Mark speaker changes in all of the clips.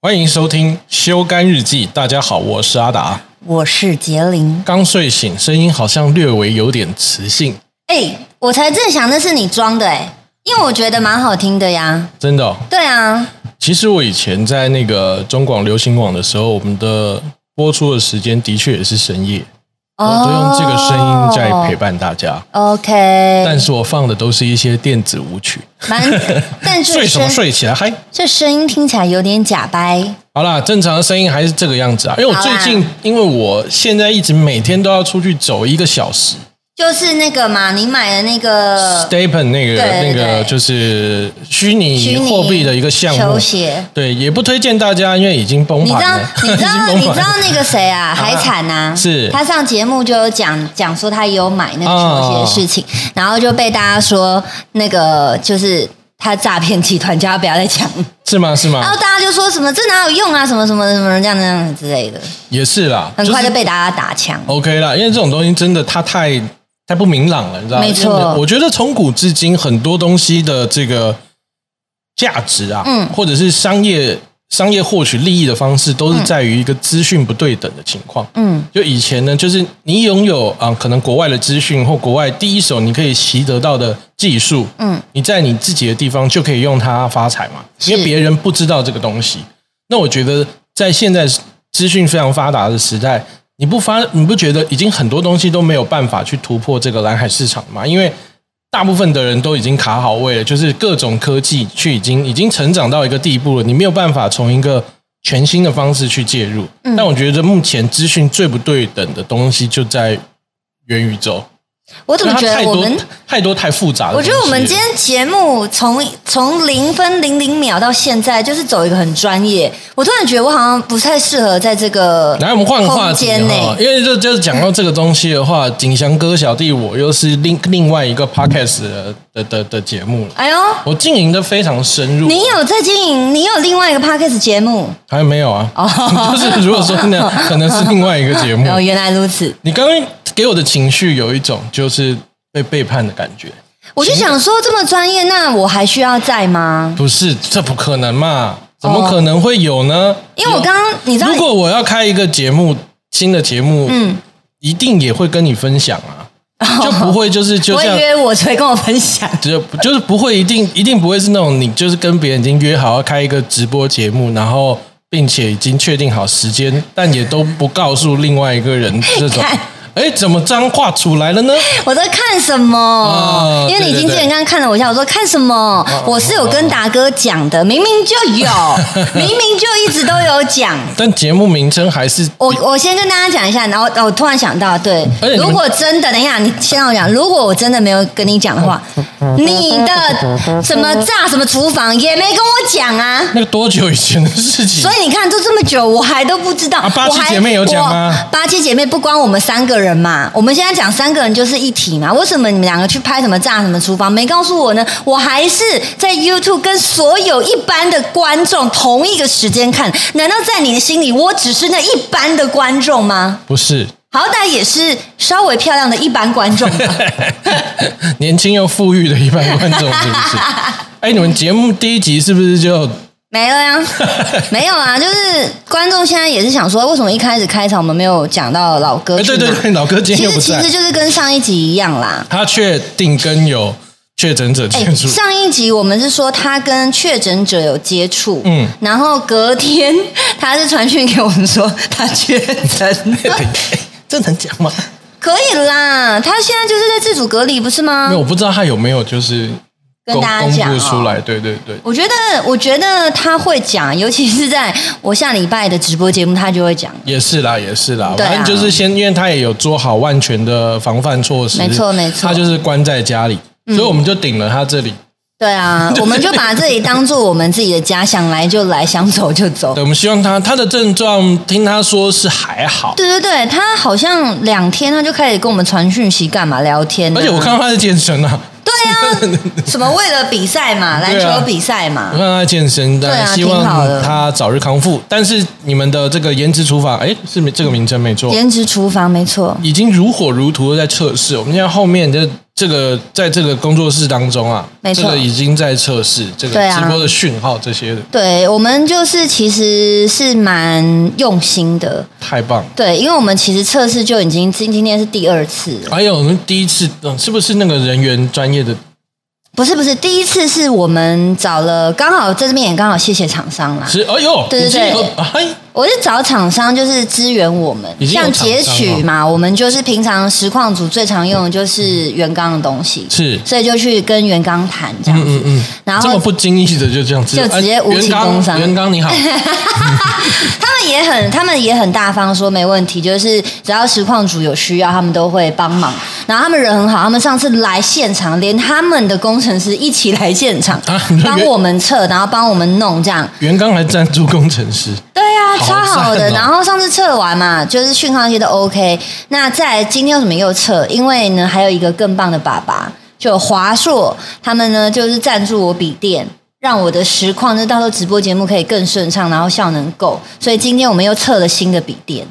Speaker 1: 欢迎收听《修干日记》。大家好，我是阿达。
Speaker 2: 我是杰林。
Speaker 1: 刚睡醒，声音好像略微有点磁性，
Speaker 2: 哎、我才正想那是你装的哎、因为我觉得蛮好听的呀。
Speaker 1: 真的哦、
Speaker 2: 对啊，
Speaker 1: 其实我以前在那个中广流行网的时候，我们的播出的时间的确也是深夜，我
Speaker 2: 哦
Speaker 1: 都用这个声音在陪。伴大家。但
Speaker 2: OK，
Speaker 1: 是我放的都是一些电子舞曲，
Speaker 2: 蛮， 但是
Speaker 1: 睡什么
Speaker 2: 声
Speaker 1: 睡起来嗨？
Speaker 2: 这声音听起来有点假掰。
Speaker 1: 好啦，正常的声音还是这个样子啊。因为我最近
Speaker 2: 好，
Speaker 1: 因为我现在一直每天都要出去走一个小时
Speaker 2: 就是那个嘛，你买的那个
Speaker 1: ，Stapen 那个
Speaker 2: 呃对对
Speaker 1: 那个
Speaker 2: 对
Speaker 1: 就是虚拟
Speaker 2: 虚拟
Speaker 1: 货币的一个项目
Speaker 2: 球，鞋，
Speaker 1: 对，也不推荐大家，因为 已经崩
Speaker 2: 你知道
Speaker 1: 盘了，
Speaker 2: 你
Speaker 1: 已经
Speaker 2: 知道
Speaker 1: 崩
Speaker 2: 你知
Speaker 1: 盘
Speaker 2: 道
Speaker 1: 了。
Speaker 2: 那个谁 啊，海产啊，
Speaker 1: 是啊
Speaker 2: 他上节目就有讲讲说他有买那个球鞋的事情，然后就被大家说那个就是他诈骗集团，叫他不要再讲。
Speaker 1: 是吗？是
Speaker 2: 然
Speaker 1: 吗
Speaker 2: 后？大家就说什么这哪有用啊，什么什么的什么这样这样之类的，
Speaker 1: 也是啦，
Speaker 2: 很快
Speaker 1: 是哦
Speaker 2: 就被大家打枪。
Speaker 1: OK 啦，因为这种东西真的它太太不明朗了，你知道吗？
Speaker 2: 没错
Speaker 1: 因为我觉得从古至今很多东西的这个价值啊，
Speaker 2: 嗯
Speaker 1: 或者是商业商业获取利益的方式，都是在于一个资讯不对等的情况。
Speaker 2: 嗯，
Speaker 1: 就以前呢，就是你拥有啊、可能国外的资讯或国外第一手你可以习得到的技术，
Speaker 2: 嗯，
Speaker 1: 你在你自己的地方就可以用它发财嘛，因为
Speaker 2: 是
Speaker 1: 别人不知道这个东西。那我觉得在现在资讯非常发达的时代，你不发你不觉得已经很多东西都没有办法去突破这个蓝海市场吗？因为大部分的人都已经卡好位了，就是各种科技去已经已经成长到一个地步了，你没有办法从一个全新的方式去介入。
Speaker 2: 嗯
Speaker 1: 但我觉得目前资讯最不对等的东西就在元宇宙，
Speaker 2: 我怎
Speaker 1: 因为它
Speaker 2: 么觉得
Speaker 1: 太
Speaker 2: 我
Speaker 1: 多
Speaker 2: 们？
Speaker 1: 太多太复杂的
Speaker 2: 我
Speaker 1: 东西
Speaker 2: 觉
Speaker 1: 了。
Speaker 2: 得我们今天节目从从零分零零秒到现在，就是走一个很专业。我突然觉得我好像不太适合在这个
Speaker 1: 来，我们换个话
Speaker 2: 空
Speaker 1: 题
Speaker 2: 间
Speaker 1: 哈，
Speaker 2: 内。
Speaker 1: 因为这就是讲到这个东西的话，景祥哥、小弟我又是另另外一个 podcast 的的的的节目了，
Speaker 2: 哎呦，
Speaker 1: 我经营的非常深入。啊
Speaker 2: 你有在经营，你有另外一个 podcast 节目
Speaker 1: 还没有啊？
Speaker 2: 哦
Speaker 1: 就是如果说那可能是另外一个节 目。
Speaker 2: 哦，原来如此。
Speaker 1: 你刚刚给我的情绪有一种就是被背叛的感觉，
Speaker 2: 我就想说，这么专业，那我还需要在吗？
Speaker 1: 不是？这不可能嘛？怎么可能会有呢？
Speaker 2: 因为我刚刚你知道
Speaker 1: 如，果我要开一个节目，新的节目，
Speaker 2: 嗯，
Speaker 1: 一定也会跟你分享啊，就不会就是就
Speaker 2: 我
Speaker 1: 像
Speaker 2: 会约我才跟我分 享。
Speaker 1: 就就是不会一定一定不会是那种你就是跟别人已经约好要开一个直播节目，然后并且已经确定好时间，但也都不告诉另外一个人这种
Speaker 2: 看。
Speaker 1: 哎，怎么脏话出来 了呢？
Speaker 2: 我在看什么？
Speaker 1: 哦
Speaker 2: 因为
Speaker 1: 对
Speaker 2: 你
Speaker 1: 对哦
Speaker 2: 经纪人刚刚看了我一下，我说看什么？我是有跟达哥讲的，明明就 有，明明就一直都有讲。
Speaker 1: 但节目名称还是
Speaker 2: 我我先跟大家讲一下，然后哦我突然想到，对
Speaker 1: 而哎且你，们
Speaker 2: 如果真的，等一下，你先让我讲。如果我真的没有跟你讲的话，
Speaker 1: 嗯
Speaker 2: 你的什么炸什么厨房也没跟我讲啊。
Speaker 1: 那个多久以前的事情
Speaker 2: 所？以你看，都这么久，我还都不知道。
Speaker 1: 啊八
Speaker 2: 我
Speaker 1: 七
Speaker 2: 还
Speaker 1: 姐妹有讲吗
Speaker 2: 我八七姐妹不光我们三个人嘛，我们现在讲三个人就是一体嘛。为什么你们两个去拍什么炸什么厨房没告诉我呢？我还是在 YouTube 跟所有一般的观众同一个时间看。难道在你的心里，我只是那一般的观众吗？
Speaker 1: 不是，
Speaker 2: 好歹也是稍微漂亮的一般观众吧。
Speaker 1: 年轻又富裕的一般 观众是不是？哎，你们节目第一集是不是就
Speaker 2: 没了 呀，没有啊，就是观众现在也是想说，为什么一开始开场我们没有讲到老哥
Speaker 1: 哎，对
Speaker 2: 去哪？
Speaker 1: 对 对，老哥今
Speaker 2: 其
Speaker 1: 天又不
Speaker 2: 实其
Speaker 1: 在
Speaker 2: 实，就是跟上一集一样 啦。
Speaker 1: 他确定跟有确诊者
Speaker 2: 哎、
Speaker 1: 接触，
Speaker 2: 上一集我们是说他跟确诊者有接触，
Speaker 1: 嗯
Speaker 2: 嗯，然后隔天 他是传讯给我们说他确诊，
Speaker 1: 这能讲吗？
Speaker 2: 可以啦，他现在就是在自主隔离，不是吗
Speaker 1: 没有，？我不知道他有没有就是
Speaker 2: 嗯跟
Speaker 1: 公
Speaker 2: 大家
Speaker 1: 公
Speaker 2: 讲
Speaker 1: 布
Speaker 2: 哦
Speaker 1: 出来。对对对，
Speaker 2: 我觉得，我觉得他会讲，尤其是在我下礼拜的直播节目，他就会讲。
Speaker 1: 也是啦，也是啦。
Speaker 2: 对啊
Speaker 1: 反正就是先，因为他也有做好万全的防范措施，
Speaker 2: 没错没错嗯
Speaker 1: 他就是关在家里，所以我们就顶了他这里。
Speaker 2: 对啊，我们就把这里当做我们自己的家，想来就来，想走就走。
Speaker 1: 对，我们希望他他的症状，听他说是还好。
Speaker 2: 对对对，他好像两天他就开始跟我们传讯息，干嘛聊天啊、
Speaker 1: 而且我看到他在健身啊，
Speaker 2: 对 啊，什么为了比赛嘛，篮
Speaker 1: 对啊
Speaker 2: 球比赛
Speaker 1: 我
Speaker 2: 嘛
Speaker 1: 看，到他在健身，但
Speaker 2: 对啊
Speaker 1: 希
Speaker 2: 挺好
Speaker 1: 望
Speaker 2: 的
Speaker 1: 他早日康复。但是你们的这个颜值厨房，哎，是这个名称没错，
Speaker 2: 颜值厨房没错。
Speaker 1: 已经如火如荼的在测试。我们现在后面就这个在这个工作室当中啊，
Speaker 2: 没错
Speaker 1: 这个已经在测试这个
Speaker 2: 对啊
Speaker 1: 直播的讯号这些的，
Speaker 2: 对我们就是其实是蛮用心的，
Speaker 1: 太棒了。
Speaker 2: 对，因为我们其实测试就已经今今天是第二次了，
Speaker 1: 还有哎我们第一次，嗯，是不是那个人员专业的？
Speaker 2: 不是不是，第一次是我们找了，刚好在这边也刚好谢谢厂商啦，
Speaker 1: 是，哎呦，
Speaker 2: 对对
Speaker 1: 已经
Speaker 2: 对
Speaker 1: 有哎，
Speaker 2: 我是找厂商，就是支援我们，
Speaker 1: 已经有
Speaker 2: 像
Speaker 1: 厂商
Speaker 2: 截取嘛，我们就是平常实况组最常用的就是原钢的东西，
Speaker 1: 是
Speaker 2: 所以就去跟原钢谈这样子，
Speaker 1: 嗯嗯，
Speaker 2: 然后
Speaker 1: 这么不经意的就这样子，
Speaker 2: 就直接
Speaker 1: 哎
Speaker 2: 无情工伤
Speaker 1: 袁刚，袁刚你好，
Speaker 2: 他们也很，他们也很大方，说没问题，就是只要实况组有需要，他们都会帮忙。然后他们人很好，他们上次来现场，连他们的工程师一起来现场，
Speaker 1: 啊你说
Speaker 2: 帮
Speaker 1: 原
Speaker 2: 我们测，然后帮我们弄这样。
Speaker 1: 袁刚还赞助工程师，
Speaker 2: 对啊，
Speaker 1: 好
Speaker 2: 超好的。
Speaker 1: 赞哦
Speaker 2: 然后上次测完嘛，就是讯号那些都 OK。那再来今天为什么又测？因为呢，还有一个更棒的爸爸，就华硕，他们呢就是赞助我笔电。让我的实况，就到时候直播节目可以更顺畅，然后效能够。所以今天我们又测了新的笔电，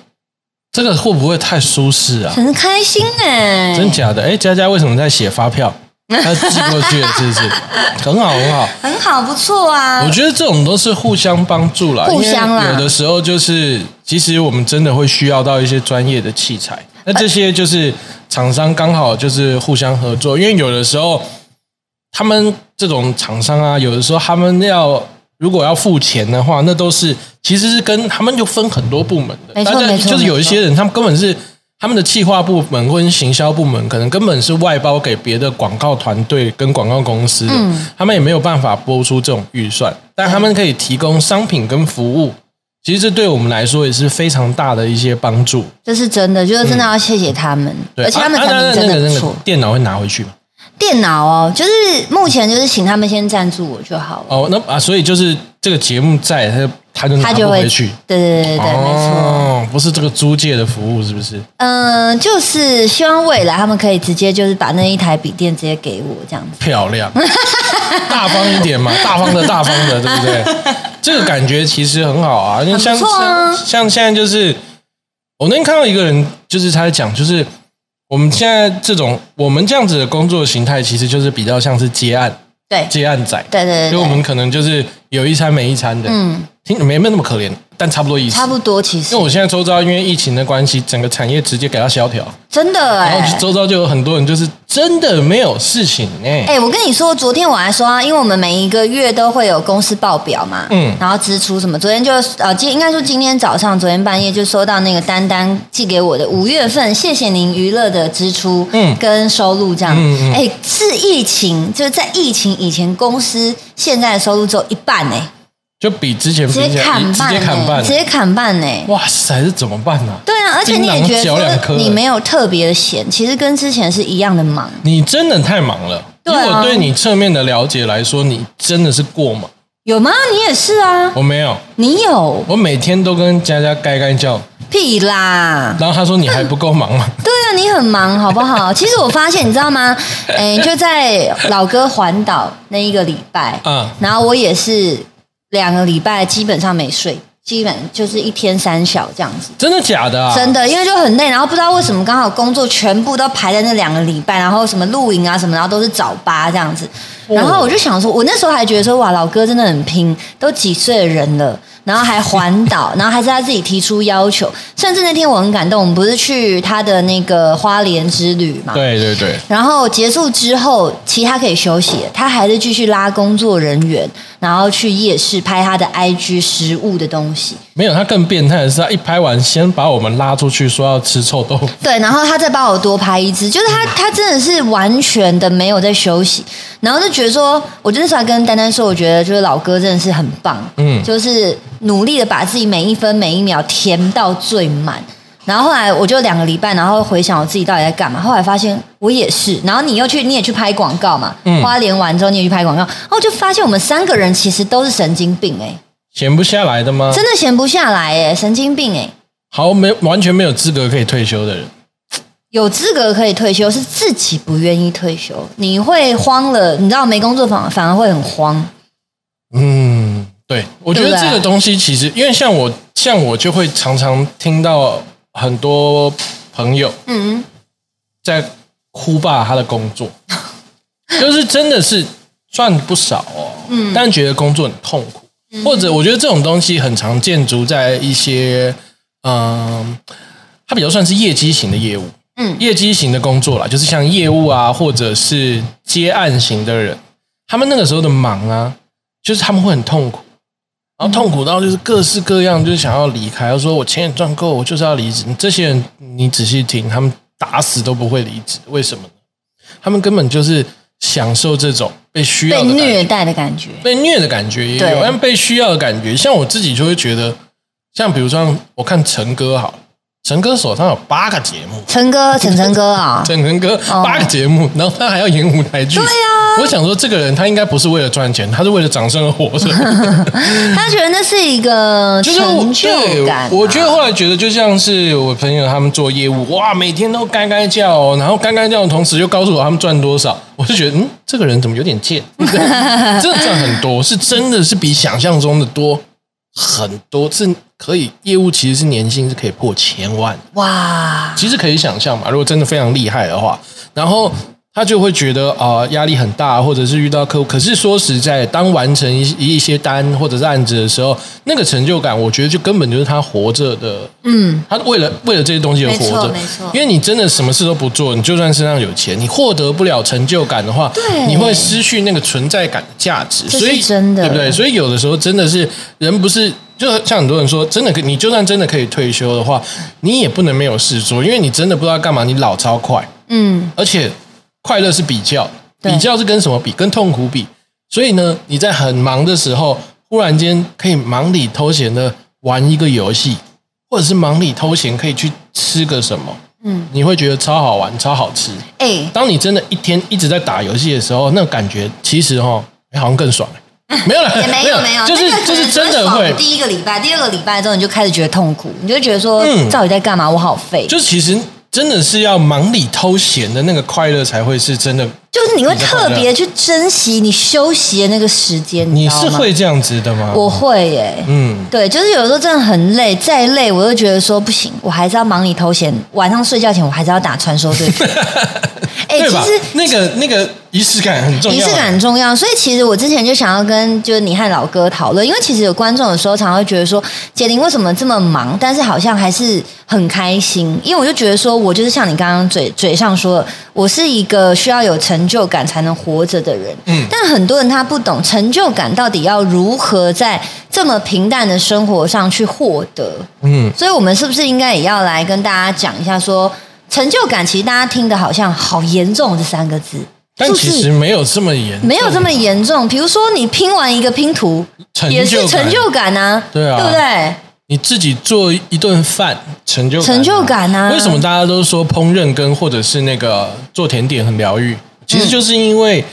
Speaker 1: 这个会不会太舒适啊？
Speaker 2: 很开心哎、
Speaker 1: 真假的？哎，佳佳为什么在写发票？他寄过去了，是不是？很好，很好。
Speaker 2: 很好，不错啊
Speaker 1: 我。觉得这种都是互相帮助啦，
Speaker 2: 互相啦
Speaker 1: 因为有的时候就是，其实我们真的会需要到一些专业的器材，那这些就是厂商刚好就是互相合作，因为有的时候他们这种厂商啊，有的时候他们要。如果要付钱的话，那都是其实是跟他们就分很多部门的，
Speaker 2: 没错
Speaker 1: 大家
Speaker 2: 没错
Speaker 1: 就是有一些人，他们根本是他们的企划部门或者是行销部门，可能根本是外包给别的广告团队跟广告公司的，
Speaker 2: 嗯
Speaker 1: 他们也没有办法拨出这种预算，但他们可以提供商品跟服务，其实这对我们来说也是非常大的一些帮助。
Speaker 2: 这是真的，就是真的要谢谢他们，
Speaker 1: 对，
Speaker 2: 而且他们
Speaker 1: 啊啊
Speaker 2: 产品
Speaker 1: 那
Speaker 2: 真
Speaker 1: 那
Speaker 2: 的
Speaker 1: 个
Speaker 2: 不
Speaker 1: 那
Speaker 2: 错。
Speaker 1: 个电脑会拿回去吗？
Speaker 2: 电脑哦，就是目前就是请他们先赞助我就好了。
Speaker 1: 哦，那啊，所以就是这个节目在，他就嗯他就拿
Speaker 2: 他
Speaker 1: 不
Speaker 2: 就会
Speaker 1: 回去。
Speaker 2: 对对对对对，没错。
Speaker 1: 哦，不是这个租借的服务，是不是？
Speaker 2: 嗯，就是希望未来他们可以直接就是把那一台笔电直接给我这样子。
Speaker 1: 漂亮， 大方一点嘛，大方的大方的，对不对？ 这个感觉其实很好啊，因为像、
Speaker 2: 很不错啊
Speaker 1: 像像现在就是，我那天看到一个人，就是他在讲，就是我们现在这种我们这样子的工作形态，其实就是比较像是接案
Speaker 2: 对
Speaker 1: 接案仔，
Speaker 2: 对对
Speaker 1: 因为我
Speaker 2: 对
Speaker 1: 们
Speaker 2: 对，
Speaker 1: 可能就是有一餐没一餐的，
Speaker 2: 嗯，
Speaker 1: 听没没那么可怜，但差不多意思
Speaker 2: 差。不多其实
Speaker 1: 因为我现在周遭因为疫情的关系，整个产业直接给它萧条，
Speaker 2: 真的哎、
Speaker 1: 然后周遭就有很多人就是真的没有事情呢、
Speaker 2: 哎、我跟你说，昨天我还说、啊，因为我们每一个月都会有公司报表嘛，
Speaker 1: 嗯
Speaker 2: 然后支出什么，昨天就呃，今应该说今天早上，昨天半夜就收到那个丹丹寄给我的五月份，谢谢您娱乐的支出，
Speaker 1: 嗯
Speaker 2: 跟收入这样，
Speaker 1: 嗯嗯
Speaker 2: 哎、是疫情，就是在疫情以前，公司现在的收入只有一半哎、
Speaker 1: 就比之前比
Speaker 2: 直
Speaker 1: 起来
Speaker 2: 接砍
Speaker 1: 直
Speaker 2: 半、
Speaker 1: 接砍
Speaker 2: 哎
Speaker 1: 半，
Speaker 2: 直接砍半哎、
Speaker 1: 哇塞，这怎么办呢、
Speaker 2: 对啊，而且你也
Speaker 1: 槟榔
Speaker 2: 觉
Speaker 1: 嚼
Speaker 2: 得
Speaker 1: 两颗哎
Speaker 2: 说你没有特别的闲，其实跟之前是一样的忙。
Speaker 1: 你真的太忙了。
Speaker 2: 对啊
Speaker 1: 以我对你侧面的了解来说，你真的是过忙。
Speaker 2: 有吗？你也是啊，
Speaker 1: 我没有，
Speaker 2: 你有
Speaker 1: 我每天都跟佳佳该该叫，
Speaker 2: 屁啦！
Speaker 1: 然后她说你还不够忙 吗？
Speaker 2: 对啊，你很忙，好不好？其实我发现，你知道吗？哎，就在老哥环岛那一个礼拜，
Speaker 1: 嗯
Speaker 2: 然后我也是两个礼拜基本上没睡，基本就是一天三小这样子。
Speaker 1: 真的假的啊？
Speaker 2: 真的，因为就很累，然后不知道为什么刚好工作全部都排在那两个礼拜，然后什么露营啊什么，然后都是早八这样子。
Speaker 1: 哦
Speaker 2: 然后我就想说，我那时候还觉得说，哇，老哥真的很拼，都几岁的人了，然后还环 岛，然后还是他自己提出要求。甚至那天我很感动，我们不是去他的那个花莲之旅嘛？
Speaker 1: 对对对，
Speaker 2: 然后结束之后，其他可以休息，他还是继续拉工作人员，然后去夜市拍他的 IG 食物的东西。
Speaker 1: 没有，她更变态的是，她一拍完先把我们拉出去，说要吃臭豆腐。
Speaker 2: 对，然后他再帮我多拍一支，就是
Speaker 1: 嗯
Speaker 2: 他他真的是完全的没有在休息，然后就觉得说，我真的是要跟丹丹说，我觉得就是老哥真的是很棒，
Speaker 1: 嗯
Speaker 2: 就是努力的把自己每一分每一秒填到最满。然后后来我就两个礼拜，然后回想我自己到底在干嘛。后来发现我也是，然后你又去，你也去拍广告嘛，
Speaker 1: 嗯
Speaker 2: 花莲完之后你也去拍广告，然后我就发现我们三个人其实都是神经病哎、
Speaker 1: 闲不下来的吗？
Speaker 2: 真的闲不下来哎、神经病哎、
Speaker 1: 好，没完全没有资格可以退休的人，
Speaker 2: 有资格可以退休，是自己不愿意退休，你会慌了，你知道没工作反反而会很慌。
Speaker 1: 嗯，对，我觉得
Speaker 2: 对不对
Speaker 1: 这个东西其实，因为像我，像我就会常常听到很多朋友
Speaker 2: 嗯，
Speaker 1: 在哭罢他的工作，就是真的是赚不少哦，嗯，但觉得工作很痛苦，或者我觉得这种东西很常见，足在一些嗯、它比较算是业绩型的业务，
Speaker 2: 嗯
Speaker 1: 业绩型的工作啦，就是像业务啊，或者是接案型的人，他们那个时候的忙啊，就是他们会很痛苦，然后痛苦到就是各式各样，就是想要离开，要说我钱也赚够，我就是要离职。这些人，你仔细听，他们打死都不会离职，为什么呢？他们根本就是享受这种被需要
Speaker 2: 被
Speaker 1: 的感觉
Speaker 2: 虐待的感觉。
Speaker 1: 被虐的感觉也有，
Speaker 2: 对
Speaker 1: 但被需要的感觉，像我自己就会觉得，像比如说我看陈哥好了，陈哥手上有八个节目，
Speaker 2: 陈哥，晨晨哥 啊，
Speaker 1: 陈陈哥
Speaker 2: 哦
Speaker 1: 八个节目，然后他还要演舞台剧，对呀、
Speaker 2: 啊
Speaker 1: 我想说这个人他应该不是为了赚钱，他是为了掌声而活 着，
Speaker 2: 他觉得那是一个
Speaker 1: 就是我
Speaker 2: 成就
Speaker 1: 对
Speaker 2: 感啊、
Speaker 1: 我觉得后来觉得就像是我朋友他们做业务，哇，每天都该该叫、哦，然后该该叫的同时又告诉我他们赚多少，我就觉得嗯，这个人怎么有点贱， 真的赚很多，是真的是比想象中的多很多，是可以业务其实是年薪是可以破千万，
Speaker 2: 哇，
Speaker 1: 其实可以想象嘛，如果真的非常厉害的话，然后他就会觉得啊、呃压力很大，或者是遇到客户。可是说实在，当完成一一些单或者是案子的时候，那个成就感，我觉得就根本就是他活着的，
Speaker 2: 嗯，
Speaker 1: 他为了为了这些东西而活着，
Speaker 2: 没错没错
Speaker 1: 因为你真的什么事都不做，你就算身上有钱，你获得不了成就感的话，
Speaker 2: 对
Speaker 1: 你会失去那个存在感的价值。
Speaker 2: 这是
Speaker 1: 所以
Speaker 2: 真的
Speaker 1: 对不对？所以有的时候真的是人不是，就像很多人说，真的可你就算真的可以退休的话，你也不能没有事做，因为你真的不知道干嘛，你老超快，
Speaker 2: 嗯，
Speaker 1: 而且快乐是比较，
Speaker 2: 对
Speaker 1: 比较是跟什么比？跟痛苦比。所以呢，你在很忙的时候，忽然间可以忙里偷闲的玩一个游戏，或者是忙里偷闲可以去吃个什么，
Speaker 2: 嗯，
Speaker 1: 你会觉得超好玩、超好吃。
Speaker 2: 哎、
Speaker 1: 当你真的一天一直在打游戏的时候，那感觉其实哦，好像 更爽、没有了，
Speaker 2: 也没有没有，
Speaker 1: 就是
Speaker 2: 那个
Speaker 1: 就
Speaker 2: 可能
Speaker 1: 是真的
Speaker 2: 只
Speaker 1: 会
Speaker 2: 爽，第一个礼拜，第二个礼拜之后你就开始觉得痛苦，你就觉得说，
Speaker 1: 嗯
Speaker 2: 到底在干嘛？我好废，
Speaker 1: 就是其实真的是要忙里偷闲的那个快乐才会是真的。
Speaker 2: 就是你会特别去珍惜你休息的那个时间，
Speaker 1: 你
Speaker 2: 知道
Speaker 1: 是
Speaker 2: 吗？
Speaker 1: 会这样子的吗？
Speaker 2: 我会耶、
Speaker 1: 嗯，
Speaker 2: 对，就是有时候真的很累，再累我都觉得说不行，我还是要忙里偷闲。晚上睡觉前，我还是要打传说 对决。哎、
Speaker 1: 对
Speaker 2: 其
Speaker 1: 吧
Speaker 2: 实？
Speaker 1: 那个那个仪式感很重要，
Speaker 2: 仪式感很重要，所以其实我之前就想要跟就是你和老哥讨论，因为其实有观众有时候常常会觉得说，杰林为什么这么忙，但是好像还是很开心，因为我就觉得说我就是像你刚刚嘴嘴上说的，我是一个需要有成就感才能活着的人，
Speaker 1: 嗯
Speaker 2: 但很多人他不懂成就感到底要如何在这么平淡的生活上去获得，
Speaker 1: 嗯，
Speaker 2: 所以我们是不是应该也要来跟大家讲一下说？成就感其实大家听的好像好严重这三个字，
Speaker 1: 但
Speaker 2: 是不
Speaker 1: 其
Speaker 2: 是
Speaker 1: 实没有这么严重，
Speaker 2: 没有这么严重。比如说，你拼完一个拼图，
Speaker 1: 成
Speaker 2: 也是
Speaker 1: 就
Speaker 2: 成就感啊，
Speaker 1: 对啊
Speaker 2: 对不对？
Speaker 1: 你自己做一顿饭，成就感
Speaker 2: 成就感啊
Speaker 1: 为什么大家都说烹饪跟或者是那个做甜点很疗愈？其实就是因为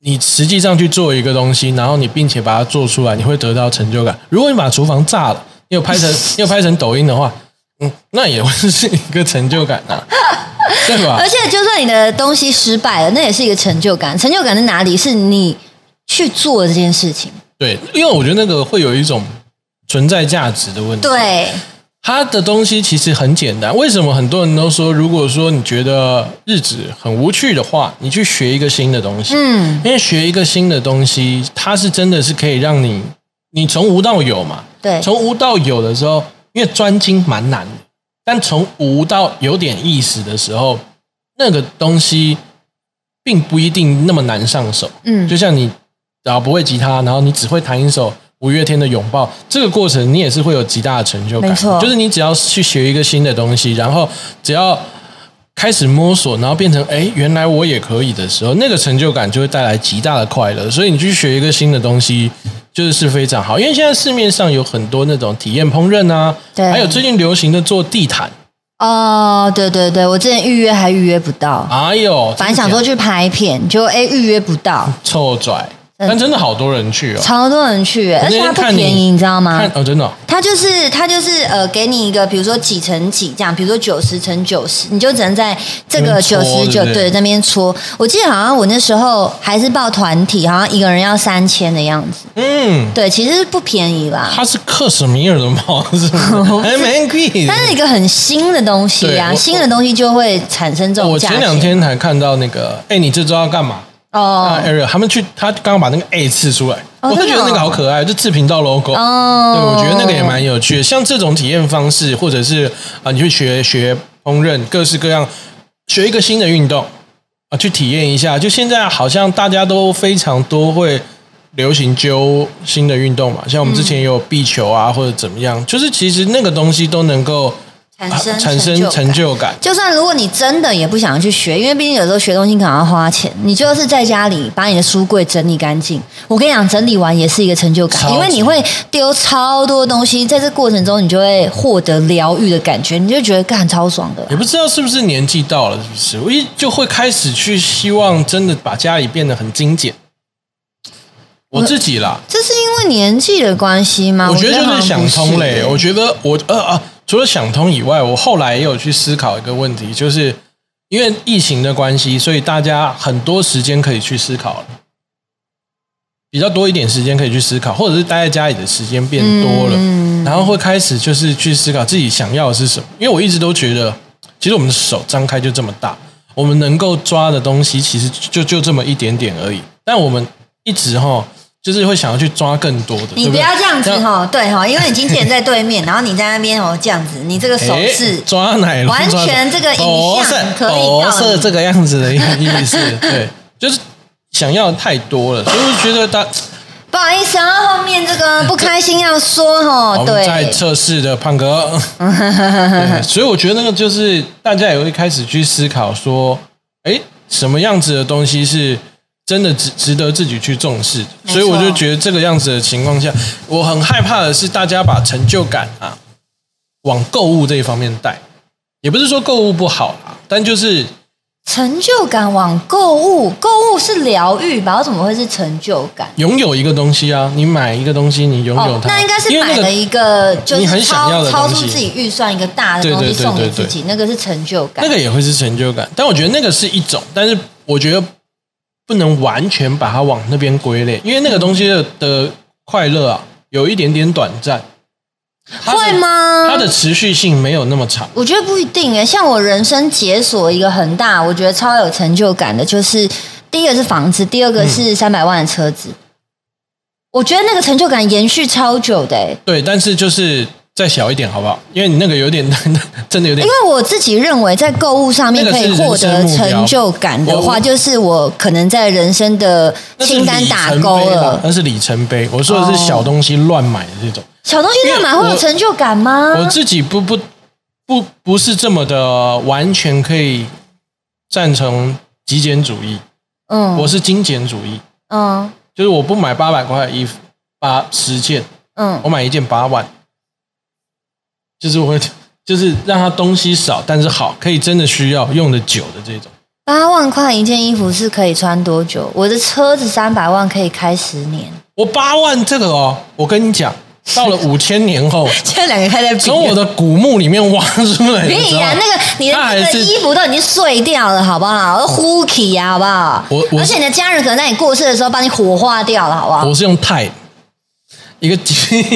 Speaker 1: 你实际上去做一个东西，然后你并且把它做出来，你会得到成就感。如果你把厨房炸了，你有拍 成你有拍成抖音的话，嗯，那也会是一个 成就感啊，对吧
Speaker 2: 而？且，就算你的东西失败了，那也是一个成就感。成就感在哪里？是你去做这件事情。
Speaker 1: 对，因为我觉得那个会有一种存在价值的问题。
Speaker 2: 对，
Speaker 1: 它的东西其实很简单。为什么很多人都说，如果说你觉得日子很无趣的话，你去学一个新的东西，
Speaker 2: 嗯，
Speaker 1: 因为学一个新的东西，它是真的是可以让你你从无到有嘛。
Speaker 2: 对，
Speaker 1: 从无到有的时候，因为专精蛮难的，但从无到有点意思的时候，那个东西并不一定那么难上手。
Speaker 2: 嗯
Speaker 1: 就像你然后不会吉他，然后你只会弹一首五月天的《拥抱》，这个过程你也是会有极大的成就感。
Speaker 2: 没错
Speaker 1: 就是你只要去学一个新的东西，然后只要开始摸索，然后变成哎，原来我也可以的时候，那个成就感就会带来极大的快乐。所以你去学一个新的东西，就是是非常好。因为现在市面上有很多那种体验烹饪啊，
Speaker 2: 对
Speaker 1: 还有最近流行的做地毯，
Speaker 2: 哦，对对对，我之前预约还预约不到，
Speaker 1: 哎呦，嗯
Speaker 2: 反正想说去拍片，就哎预约不到。
Speaker 1: 臭拽，但真的好多人去哦。
Speaker 2: 超多人去、欸，
Speaker 1: 我那
Speaker 2: 而且它
Speaker 1: 天
Speaker 2: 不
Speaker 1: 看
Speaker 2: 便宜，你知道吗
Speaker 1: 看？哦，真的哦、
Speaker 2: 它就是它就是呃，给你一个比如说几乘几这样，比如说九十乘九十，你就只能在这
Speaker 1: 这
Speaker 2: 个九
Speaker 1: 边搓
Speaker 2: 十
Speaker 1: 对
Speaker 2: 九
Speaker 1: 不对
Speaker 2: 对那边搓。我记得好像我那时候还是报团体，好像一个人要三千的样子。
Speaker 1: 嗯，
Speaker 2: 对，其实不便宜啦，
Speaker 1: 他是克什米尔的帽子， 还蛮贵的。
Speaker 2: 但是一个很新的东西
Speaker 1: 对
Speaker 2: 啊，
Speaker 1: 我
Speaker 2: 新的东西就会产生这种
Speaker 1: 我
Speaker 2: 价
Speaker 1: 前
Speaker 2: 钱。
Speaker 1: 两天才看到那个，哎，你这周要干嘛？啊
Speaker 2: 哦
Speaker 1: ，Ariel，他们去，他刚刚把那个 A 刺出来，我
Speaker 2: 哦
Speaker 1: 就
Speaker 2: 真的
Speaker 1: 觉得那个
Speaker 2: 哦
Speaker 1: 好可爱，就自频道 logo。
Speaker 2: 哦，
Speaker 1: 呃对，我觉得那个也蛮有趣的。像这种体验方式，或者是啊、你去学学烹饪，各式各样，学一个新的运动啊，去体验一下。就现在好像大家都非常多会流行揪新的运动嘛，像我们之
Speaker 2: 嗯
Speaker 1: 前也有壁球啊，或者怎么样，就是其实那个东西都能够、
Speaker 2: 产
Speaker 1: 啊
Speaker 2: 生
Speaker 1: 产生成
Speaker 2: 成
Speaker 1: 就
Speaker 2: 就感。
Speaker 1: 感。
Speaker 2: 就算如果你真的也不想去学，因为毕竟有时候学东西可能要花钱，你就是在家里把你的书柜整理干净。我跟你讲，整理完也是一个成就
Speaker 1: 超
Speaker 2: 感，
Speaker 1: 级
Speaker 2: 因为你会丢超多东西，在这过程中你就会获得疗愈的感觉，你就觉得干超爽的。
Speaker 1: 也不知道是不是年纪到了，是不是？我一就会开始去希望真的把家里变得很精简。我自己啦，
Speaker 2: 这是因为年纪的关系吗？
Speaker 1: 我觉得就
Speaker 2: 好
Speaker 1: 是
Speaker 2: 像
Speaker 1: 想
Speaker 2: 不
Speaker 1: 通嘞。
Speaker 2: 耶
Speaker 1: 我觉得我呃啊，除了想通以外，我后来也有去思考一个问题，就是因为疫情的关系，所以大家很多时间可以去思考了，比较多一点时间可以去思考，或者是待在家里的时间变多了，
Speaker 2: 嗯
Speaker 1: 然后会开始就是去思考自己想要的是什么。因为我一直都觉得，其实我们的手张开就这么大，我们能够抓的东西其实就就这么一点点而已，但我们一直哈。就是会想要去抓更多的，
Speaker 2: 你
Speaker 1: 对
Speaker 2: 不
Speaker 1: 对
Speaker 2: 要这样子
Speaker 1: 像
Speaker 2: 哈，对哈，因为你经纪人在对面，然后你在那边哦这样子，你这个手
Speaker 1: 哎，
Speaker 2: 势
Speaker 1: 抓奶了，
Speaker 2: 完全这个
Speaker 1: 不
Speaker 2: 影
Speaker 1: 是
Speaker 2: 像可以
Speaker 1: 不
Speaker 2: 到
Speaker 1: 是
Speaker 2: 你
Speaker 1: 这个样子的意思，对，就是想要太多了，所以我觉得大
Speaker 2: 不好意思啊，后面这个不开心要说
Speaker 1: 我
Speaker 2: 哦，
Speaker 1: 们在
Speaker 2: 对，
Speaker 1: 测试的胖哥， 对所以我觉得那个就是大家也会开始去思考说，哎，什么样子的东西是真的值值得自己去重视的，
Speaker 2: 没错
Speaker 1: 所以我就觉得这个样子的情况下，我很害怕的是大家把成就感啊往购物这一方面带，也不是说购物不好啦，但就是
Speaker 2: 成就感往购物，购物是疗愈吧？我怎么会是成就感？
Speaker 1: 拥有一个东西啊，你买一个东西，你拥有
Speaker 2: 哦，
Speaker 1: 它，
Speaker 2: 那应该是
Speaker 1: 因为
Speaker 2: 买
Speaker 1: 那
Speaker 2: 了
Speaker 1: 个
Speaker 2: 一个就
Speaker 1: 你很
Speaker 2: 是
Speaker 1: 想要
Speaker 2: 超
Speaker 1: 的
Speaker 2: 超
Speaker 1: 东西
Speaker 2: 出自己预算一个大的东
Speaker 1: 对对
Speaker 2: 西
Speaker 1: 对
Speaker 2: 送给
Speaker 1: 对对
Speaker 2: 自己，那个是成就感
Speaker 1: 那。个也会是成就感，但我觉得那个是一种，但是我觉得不能完全把它往那边归类，因为那个东西的的快乐啊，有一点点短暂，它的
Speaker 2: 会？吗？
Speaker 1: 它的持续性没有那么长，
Speaker 2: 我觉得不一定诶，像我人生解锁一个很大，我觉得超有成就感的，就是第一个是房子，第二个
Speaker 1: 嗯
Speaker 2: 是三百万的车子。我觉得那个成就感延续超久的欸诶，
Speaker 1: 对，但是就是再小一点好不好？因为你那个有点 真的有点
Speaker 2: 因为我自己认为在购物上面
Speaker 1: 那个
Speaker 2: 可
Speaker 1: 是
Speaker 2: 以获得
Speaker 1: 人生目标
Speaker 2: 成就感的
Speaker 1: 我
Speaker 2: 话，
Speaker 1: 我
Speaker 2: 就是我可能在人生的
Speaker 1: 那是
Speaker 2: 清单
Speaker 1: 里
Speaker 2: 打
Speaker 1: 程
Speaker 2: 勾
Speaker 1: 碑啦
Speaker 2: 了，
Speaker 1: 那是里程碑。我说的是小东西乱买的这种。
Speaker 2: 小东西乱买
Speaker 1: 因为我
Speaker 2: 会有成就感
Speaker 1: 我
Speaker 2: 吗？
Speaker 1: 自己不不不不是这么的完全可以赞成极简主义，
Speaker 2: 嗯，
Speaker 1: 我是精简主义，
Speaker 2: 嗯
Speaker 1: 就是我不买八百块的衣服，八十件，
Speaker 2: 嗯
Speaker 1: 我买一件八万，就是我会就是让它东西少，但是好，可以真的需要用的久的这种。
Speaker 2: 八万块一件衣服是可以穿多久？我的车子三百万可以开十 年。
Speaker 1: 我八万这个哦，我跟你讲，到了五千年后，
Speaker 2: 现在两个开在比
Speaker 1: 从我的古墓里面挖出来，啊你
Speaker 2: 便
Speaker 1: 知
Speaker 2: 宜
Speaker 1: 道
Speaker 2: 啊
Speaker 1: 吗，
Speaker 2: 那个你的
Speaker 1: 它
Speaker 2: 那
Speaker 1: 还
Speaker 2: 个
Speaker 1: 是
Speaker 2: 衣服都已经碎掉了，好不好？呼起呀，好不好？
Speaker 1: 我我
Speaker 2: 而且你的家人可能在你过世的时候把你火化掉了，好不好？
Speaker 1: 我是用钛，一个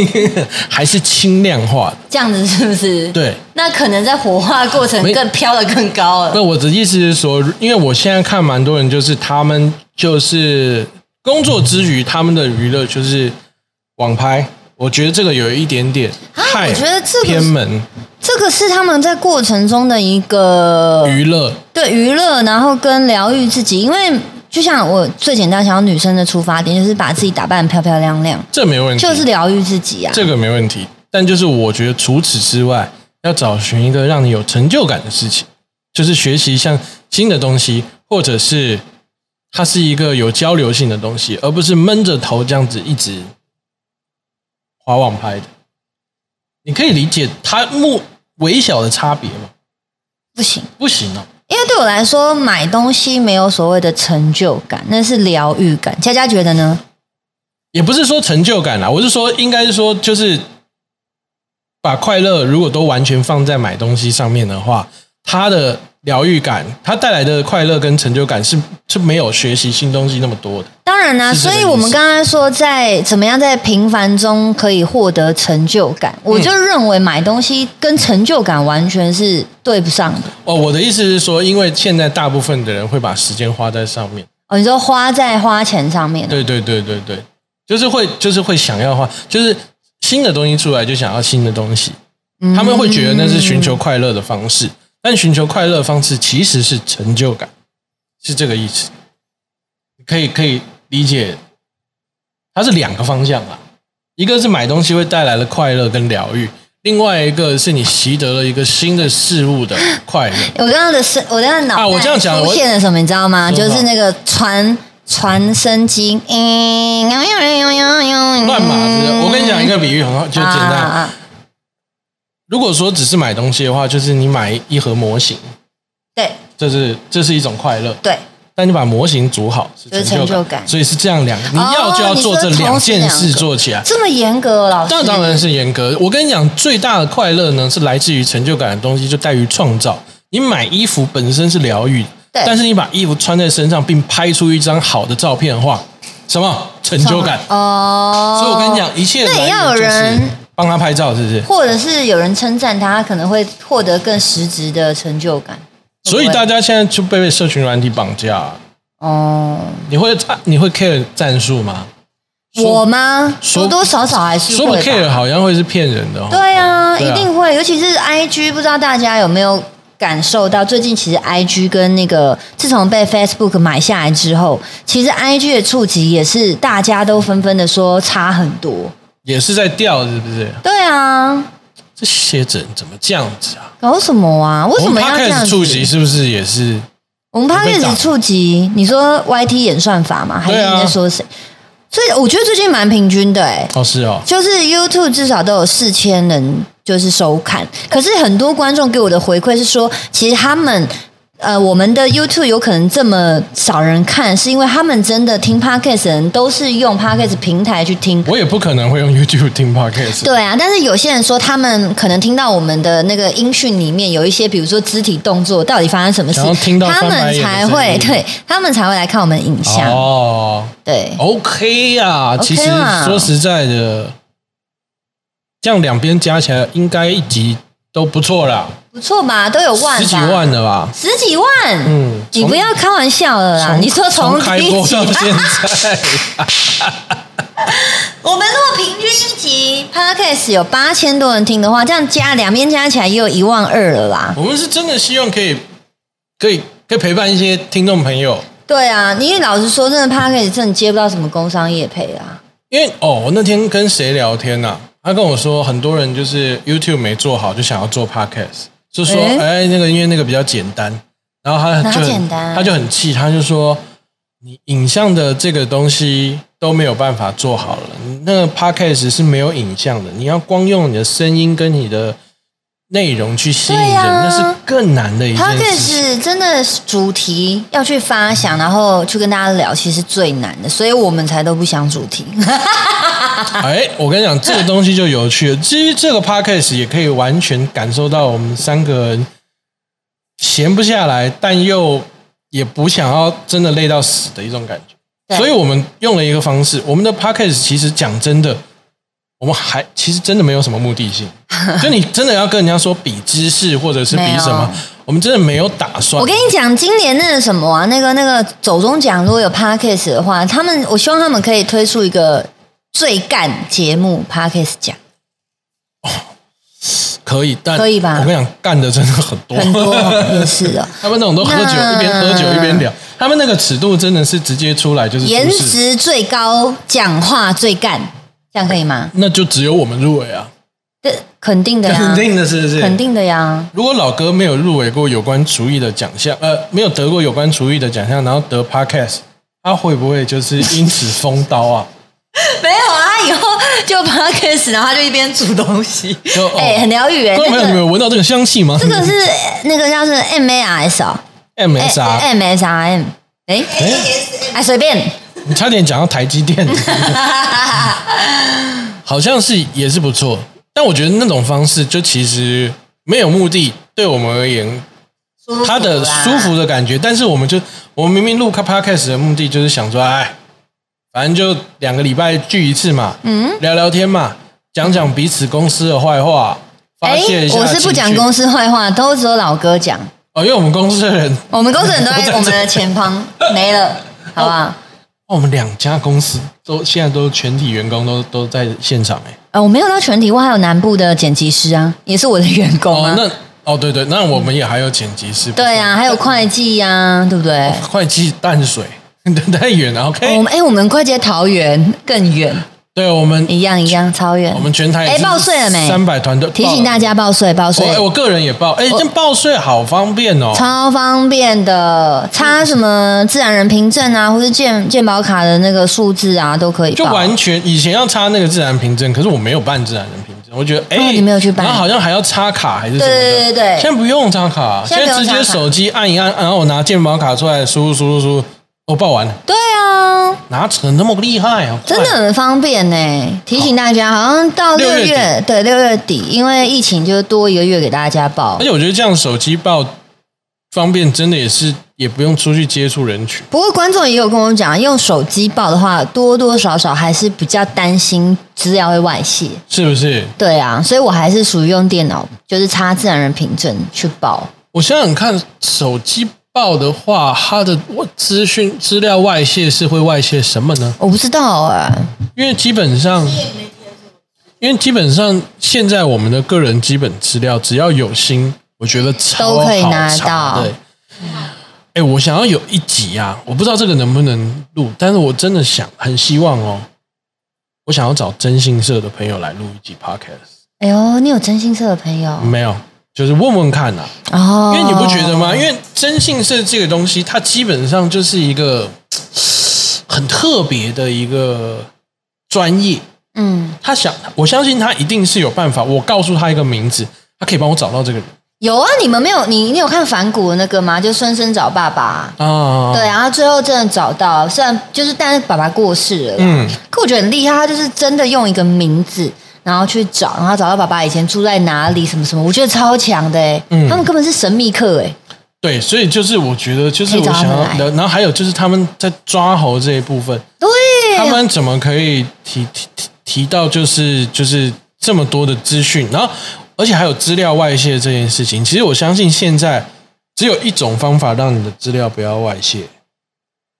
Speaker 1: 还是轻量化的。
Speaker 2: 这样子是不是？。
Speaker 1: 对，
Speaker 2: 那可能在火化过程
Speaker 1: 没
Speaker 2: 更飘得更高了。
Speaker 1: 那我的意思是说，因为我现在看蛮多人，就是他们就是工作之余，他们的娱乐就是网拍。我觉得这个有一点点太
Speaker 2: 啊我觉得这个
Speaker 1: 偏门
Speaker 2: 这个是他们在过程中的一个
Speaker 1: 娱乐，
Speaker 2: 对娱乐，然后跟疗愈自己，因为。就像我最简单想要女生的出发点，就是把自己打扮得漂漂亮亮，
Speaker 1: 这没问题，
Speaker 2: 就是疗愈自己啊。
Speaker 1: 嗯这个没问题。但就是我觉得除此之外，要找寻一个让你有成就感的事情，就是学习像新的东西，或者是它是一个有交流性的东西，而不是闷着头这样子一直划网拍的。你可以理解它目微小的差别吗？
Speaker 2: 不行，
Speaker 1: 不行哦，
Speaker 2: 因为对我来说，买东西没有所谓的成就感，那是疗愈感。佳佳觉得呢？
Speaker 1: 也不是说成就感啦，我是说应该是说就是把快乐如果都完全放在买东西上面的话，它的疗愈感，它带来的快乐跟成就感是是没有学习新东西那么多的。
Speaker 2: 当然啦、
Speaker 1: 是这
Speaker 2: 所
Speaker 1: 个
Speaker 2: 以我们
Speaker 1: 意思
Speaker 2: 刚刚说在怎么样在平凡中可以获得成就感，
Speaker 1: 嗯
Speaker 2: 我就认为买东西跟成就感完全是对不上的。
Speaker 1: 哦，我的意思是说，因为现在大部分的人会把时间花在上面。
Speaker 2: 哦，你说花在花钱上面，
Speaker 1: 对对对对对，就是会就是会想要花，就是新的东西出来就想要新的东西，
Speaker 2: 嗯
Speaker 1: 他们会觉得那是寻求快乐的方式，但寻求快乐的方式其实是成就感，是这个意思。可以可以理解，它是两个方向啦，啊一个是买东西会带来的快乐跟疗愈，另外一个是你习得了一个新的事物的快乐。
Speaker 2: 嗯我刚刚的是，我刚刚脑
Speaker 1: 啊我这样讲
Speaker 2: 袋
Speaker 1: 我
Speaker 2: 出现了什么，你知道吗？
Speaker 1: 什么
Speaker 2: 就是那个传传声机，嗯，啊
Speaker 1: 乱
Speaker 2: 乱
Speaker 1: 码子，我跟你讲一个比喻很好，就简单。如果说只是买东西的话，就是你买一盒模型，
Speaker 2: 对
Speaker 1: 这是这是一种快乐。
Speaker 2: 对，
Speaker 1: 但你把模型组好是
Speaker 2: 就是
Speaker 1: 成就
Speaker 2: 成就
Speaker 1: 感，
Speaker 2: 感
Speaker 1: 所以是这样两，你
Speaker 2: 哦
Speaker 1: 要就要
Speaker 2: 你
Speaker 1: 做
Speaker 2: 说
Speaker 1: 这
Speaker 2: 同时
Speaker 1: 两件
Speaker 2: 两
Speaker 1: 事
Speaker 2: 个
Speaker 1: 做起来。
Speaker 2: 这么严格，老师
Speaker 1: 那当然是严格。我跟你讲，最大的快乐呢，是来自于成就感的东西，就在于创造。你买衣服本身是疗愈，
Speaker 2: 对
Speaker 1: 但是你把衣服穿在身上，并拍出一张好的照片的话，什么成就感？
Speaker 2: 哦。
Speaker 1: 所以我跟你讲，一切
Speaker 2: 那也
Speaker 1: 来源
Speaker 2: 要有
Speaker 1: 就是
Speaker 2: 人
Speaker 1: 帮他拍照，是不是？
Speaker 2: 或者是有人称赞他，他可能会获得更实质的成就感。
Speaker 1: 所以大家现在就被被社群软体绑架啊、
Speaker 2: 哦，
Speaker 1: 你会你会 care 战术吗？说
Speaker 2: 我吗？
Speaker 1: 说
Speaker 2: 多多少少还是
Speaker 1: 说不
Speaker 2: 会吧
Speaker 1: care 好像会是骗人的、哦。
Speaker 2: 对啊，
Speaker 1: 对啊
Speaker 2: 一定会，尤其是 IG，不知道大家有没有感受到，最近其实 IG 跟那个自从被 Facebook 买下来之后，其实 IG 的触及也是大家都纷纷的说差很多。
Speaker 1: 也是在掉，是不是？
Speaker 2: 对啊，
Speaker 1: 这些人怎么这样子啊？
Speaker 2: 搞什么啊？为
Speaker 1: 我
Speaker 2: 什么
Speaker 1: 们
Speaker 2: 要这样
Speaker 1: podcast
Speaker 2: 子？
Speaker 1: 触及是不是也是？
Speaker 2: 我们 p
Speaker 1: 被
Speaker 2: o
Speaker 1: 打
Speaker 2: d 触及，你说 YT 演算法吗？还是
Speaker 1: 对啊
Speaker 2: 你在说谁？所以我觉得最近蛮平均的、欸，
Speaker 1: 哦，是哦，
Speaker 2: 就是 YouTube 至少都有四千人就是收看，可是很多观众给我的回馈是说，其实他们。呃，我们的 YouTube 有可能这么少人看，是因为他们真的听 Podcast 的人都是用 Podcast 平台去听。
Speaker 1: 我也不可能会用 YouTube 听 podcast。
Speaker 2: 对啊，但是有些人说他们可能听到我们的那个音讯里面有一些，比如说肢体动作，到底发生什么事
Speaker 1: 想要听，到
Speaker 2: 他
Speaker 1: 翻白
Speaker 2: 们
Speaker 1: 眼的
Speaker 2: 才
Speaker 1: 声音
Speaker 2: 会对，他们才会来看我们影像。
Speaker 1: 哦
Speaker 2: 对，
Speaker 1: ，OK 啊，
Speaker 2: OK
Speaker 1: 其实
Speaker 2: 啦
Speaker 1: 说实在的，这样两边加起来应该一集都不错啦，
Speaker 2: 不错吧？都有万吧
Speaker 1: 十几，万的吧？
Speaker 2: 十几万，
Speaker 1: 嗯
Speaker 2: 你不要开玩笑了啦！你说
Speaker 1: 从
Speaker 2: 从
Speaker 1: 开
Speaker 2: 第一
Speaker 1: 播
Speaker 2: 集，啊
Speaker 1: 到现在，
Speaker 2: 我们如果平均一集 podcast 有八千多人听的话，这样加两边加起来也有一万二了啦。
Speaker 1: 我们是真的希望可以，可以，可以陪伴一些听众朋友。
Speaker 2: 对啊，因为老实说，真的 podcast 真的接不到什么工商业配啊。
Speaker 1: 因为哦，我那天跟谁聊天呐、他跟我说，很多人就是 YouTube 没做好，就想要做 Podcast，就说
Speaker 2: 诶
Speaker 1: 哎，那个因为那个比较简单，然后他
Speaker 2: 哪
Speaker 1: 就很
Speaker 2: 简单
Speaker 1: 他就很气，他就说你影像的这个东西都没有办法做好了，你那个 Podcast 是没有影像的，你要光用你的声音跟你的内容去吸引人，
Speaker 2: 对啊
Speaker 1: 那是更难的一件事情。
Speaker 2: podcast 真的主题要去发想，然后去跟大家聊，其实最难的，所以我们才都不想主题。
Speaker 1: 哦哎，我跟你讲，这个东西就有趣了。其实这个 podcast 也可以完全感受到我们三个人闲不下来，但又也不想要真的累到死的一种感觉。
Speaker 2: 对
Speaker 1: 所以我们用了一个方式，我们的 podcast 其实讲真的，我们还其实真的没有什么目的 性。就你真的要跟人家说比知识，或者是比
Speaker 2: 没有
Speaker 1: 什么，我们真的没有打算。
Speaker 2: 我跟你讲，今年那个什么啊，那个那个走中奖，如果有 podcast 的话，他们我希望他们可以推出一个最干节目 podcast 奖，
Speaker 1: 可以，但
Speaker 2: 可以吧
Speaker 1: 我跟你讲，干的真的很多
Speaker 2: 很多也是哦 的。
Speaker 1: 他们那种都喝酒，
Speaker 2: 那
Speaker 1: 一边喝酒一边聊，他们那个尺度真的是直接出来就是
Speaker 2: 颜
Speaker 1: 出事，
Speaker 2: 值最高，讲话最干，这样可以吗？
Speaker 1: 那就只有我们入围啊，
Speaker 2: 这肯定的呀，
Speaker 1: 肯定的是不是？
Speaker 2: 啊肯。定的呀。
Speaker 1: 如果老哥没有入围过有关厨艺的奖项，呃，没有得过有关厨艺的奖项，然后得 podcast，他会不会就是因此封刀啊？
Speaker 2: 没有啊，以后就 podcast，然后他就一边煮东西，
Speaker 1: 就哦
Speaker 2: 哎、很疗愈哎。
Speaker 1: 观众
Speaker 2: 那
Speaker 1: 朋友，你们
Speaker 2: 个
Speaker 1: 有闻到这个香气吗？
Speaker 2: 这 个是那个叫是 M A R S 哦
Speaker 1: MSR，
Speaker 2: M S R M，哎
Speaker 1: 哎，
Speaker 2: 哎随便。
Speaker 1: 你差点讲到台积 电，好像是也是不错。但我觉得那种方式就其实没有目的，对我们而言，
Speaker 2: 舒服啦
Speaker 1: 它的舒服的感觉。但是我们就我们明明录开 podcast 的目的就是想说，哎，反正就两个礼拜聚一次嘛，嗯，聊聊天嘛，讲讲彼此公司的坏话，发
Speaker 2: 哎
Speaker 1: 泄一，下。
Speaker 2: 我是不讲公
Speaker 1: 司，
Speaker 2: 司坏话，都只有老哥讲。
Speaker 1: 哦，因为我们公司的人，
Speaker 2: 我们公司人都
Speaker 1: 不在
Speaker 2: 在
Speaker 1: 这
Speaker 2: 我们的前方，没了，好不好？
Speaker 1: 哦我们两家公司都现在都全体员工都都在现场哎、
Speaker 2: 呃，我没有到全体，我还有南部的剪辑师啊，也是我的员工
Speaker 1: 哦
Speaker 2: 啊。，
Speaker 1: 那哦对对，那我们也还有剪辑师，
Speaker 2: 对啊，还有会计呀、啊，对不对？
Speaker 1: 会计淡水 太远了，OK？、
Speaker 2: 我们哎，我们会计在桃园更远，
Speaker 1: 对，我们
Speaker 2: 一样一样，超远
Speaker 1: 我。们全台
Speaker 2: 哎报税了没
Speaker 1: 三百团队
Speaker 2: 提醒大
Speaker 1: 家，
Speaker 2: 家报税，报
Speaker 1: 我
Speaker 2: 税
Speaker 1: 哎，我个人也报，哎，
Speaker 2: 我
Speaker 1: 这报税好方便哦。
Speaker 2: 超方便的，插什么自然人凭证啊，或是健健保卡的那个数字啊，都可以
Speaker 1: 嗯就
Speaker 2: 报。
Speaker 1: 完全以前要插那个自然凭证，可是我没有办自然人凭证，我觉得哎、
Speaker 2: 哦你没有去办
Speaker 1: 然后好像还要插卡还是什么的，
Speaker 2: 对对对对
Speaker 1: 现在不用插卡，
Speaker 2: 现在不用
Speaker 1: 直
Speaker 2: 插
Speaker 1: 接
Speaker 2: 卡
Speaker 1: 手机按一按，然后我拿健保卡出来输入输入输入，我、报完了，
Speaker 2: 对啊，
Speaker 1: 哪扯那么厉害啊？
Speaker 2: 真的
Speaker 1: 快
Speaker 2: 很方便呢、提醒大家，好像到
Speaker 1: 六
Speaker 2: 六
Speaker 1: 月
Speaker 2: 月，
Speaker 1: 底
Speaker 2: 对六月底，因为疫情就多一个月给大家报
Speaker 1: 而。且我觉得这样手机报方便，真的也是也不用出去接触人群。
Speaker 2: 不过观众也有跟我讲，用手机报的话，多多少少还是比较担心资料会外泄。
Speaker 1: 是不是？
Speaker 2: 对啊，所以我还是属于用电脑，就是插自然人凭证去报。
Speaker 1: 我想想看，手机报的话，它的资讯资料外泄是会外泄什么呢？
Speaker 2: 我不知道哎、
Speaker 1: 因为基本上，因为基本上现在我们的个人基本资料，只要有心，我觉得超
Speaker 2: 都可以
Speaker 1: 好
Speaker 2: 拿
Speaker 1: 查
Speaker 2: 到
Speaker 1: 对，哎，我想要有一集啊，我不知道这个能不能录，但是我真的想，很希望哦，我想要找征信社的朋友来录一集 podcast，
Speaker 2: 哎呦，你有真心社的朋友
Speaker 1: 没有，就是问问看啊。
Speaker 2: 哦？
Speaker 1: 因为你不觉得吗？因为征信社这个东西，它基本上就是一个很特别的一个专业。
Speaker 2: 嗯，
Speaker 1: 他想，我相信他一定是有办法。我告诉他一个名字，他可以帮我找到这个人
Speaker 2: 有啊，你们没有你你有看反骨的那个吗？就孙生找爸爸、
Speaker 1: 啊。
Speaker 2: 对，，然后最后真的找到，虽然就是，但是爸爸过世了，
Speaker 1: 嗯，
Speaker 2: 可我觉得很厉害，他就是真的用一个名字，然后去找，然后找到爸爸以前住在哪里，什么什么，我觉得超强的哎、
Speaker 1: 嗯
Speaker 2: 他们根本是神秘客哎、
Speaker 1: 对，所以就是我觉得，就是我想要
Speaker 2: 可以找他们
Speaker 1: 聊，
Speaker 2: 来
Speaker 1: 然后还有就是他们在抓猴这一部分，
Speaker 2: 对，
Speaker 1: 他们怎么可以提提提提到就是就是这么多的资讯，然后而且还有资料外泄这件事情？其实我相信现在只有一种方法让你的资料不要外泄，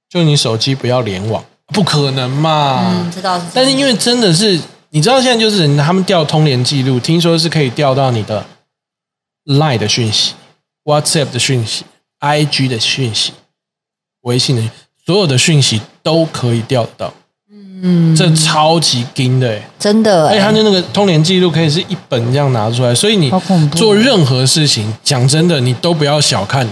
Speaker 1: 就你手机不要联网，不可能嘛？
Speaker 2: 嗯，这倒是真的，
Speaker 1: 但是因为真的是你知道现在就是人他们调通联记录，听说是可以调到你的 Line 的讯息、WhatsApp 的讯息、IG 的讯息、微信的所有的讯息都可以调得到。嗯，这超级惊的、欸，
Speaker 2: 真的
Speaker 1: 而
Speaker 2: 哎、
Speaker 1: 且它的那个通联记录可以是一本这样拿出来，所以你
Speaker 2: 好恐怖哦
Speaker 1: 做任何事情，讲真的，你都不要小看，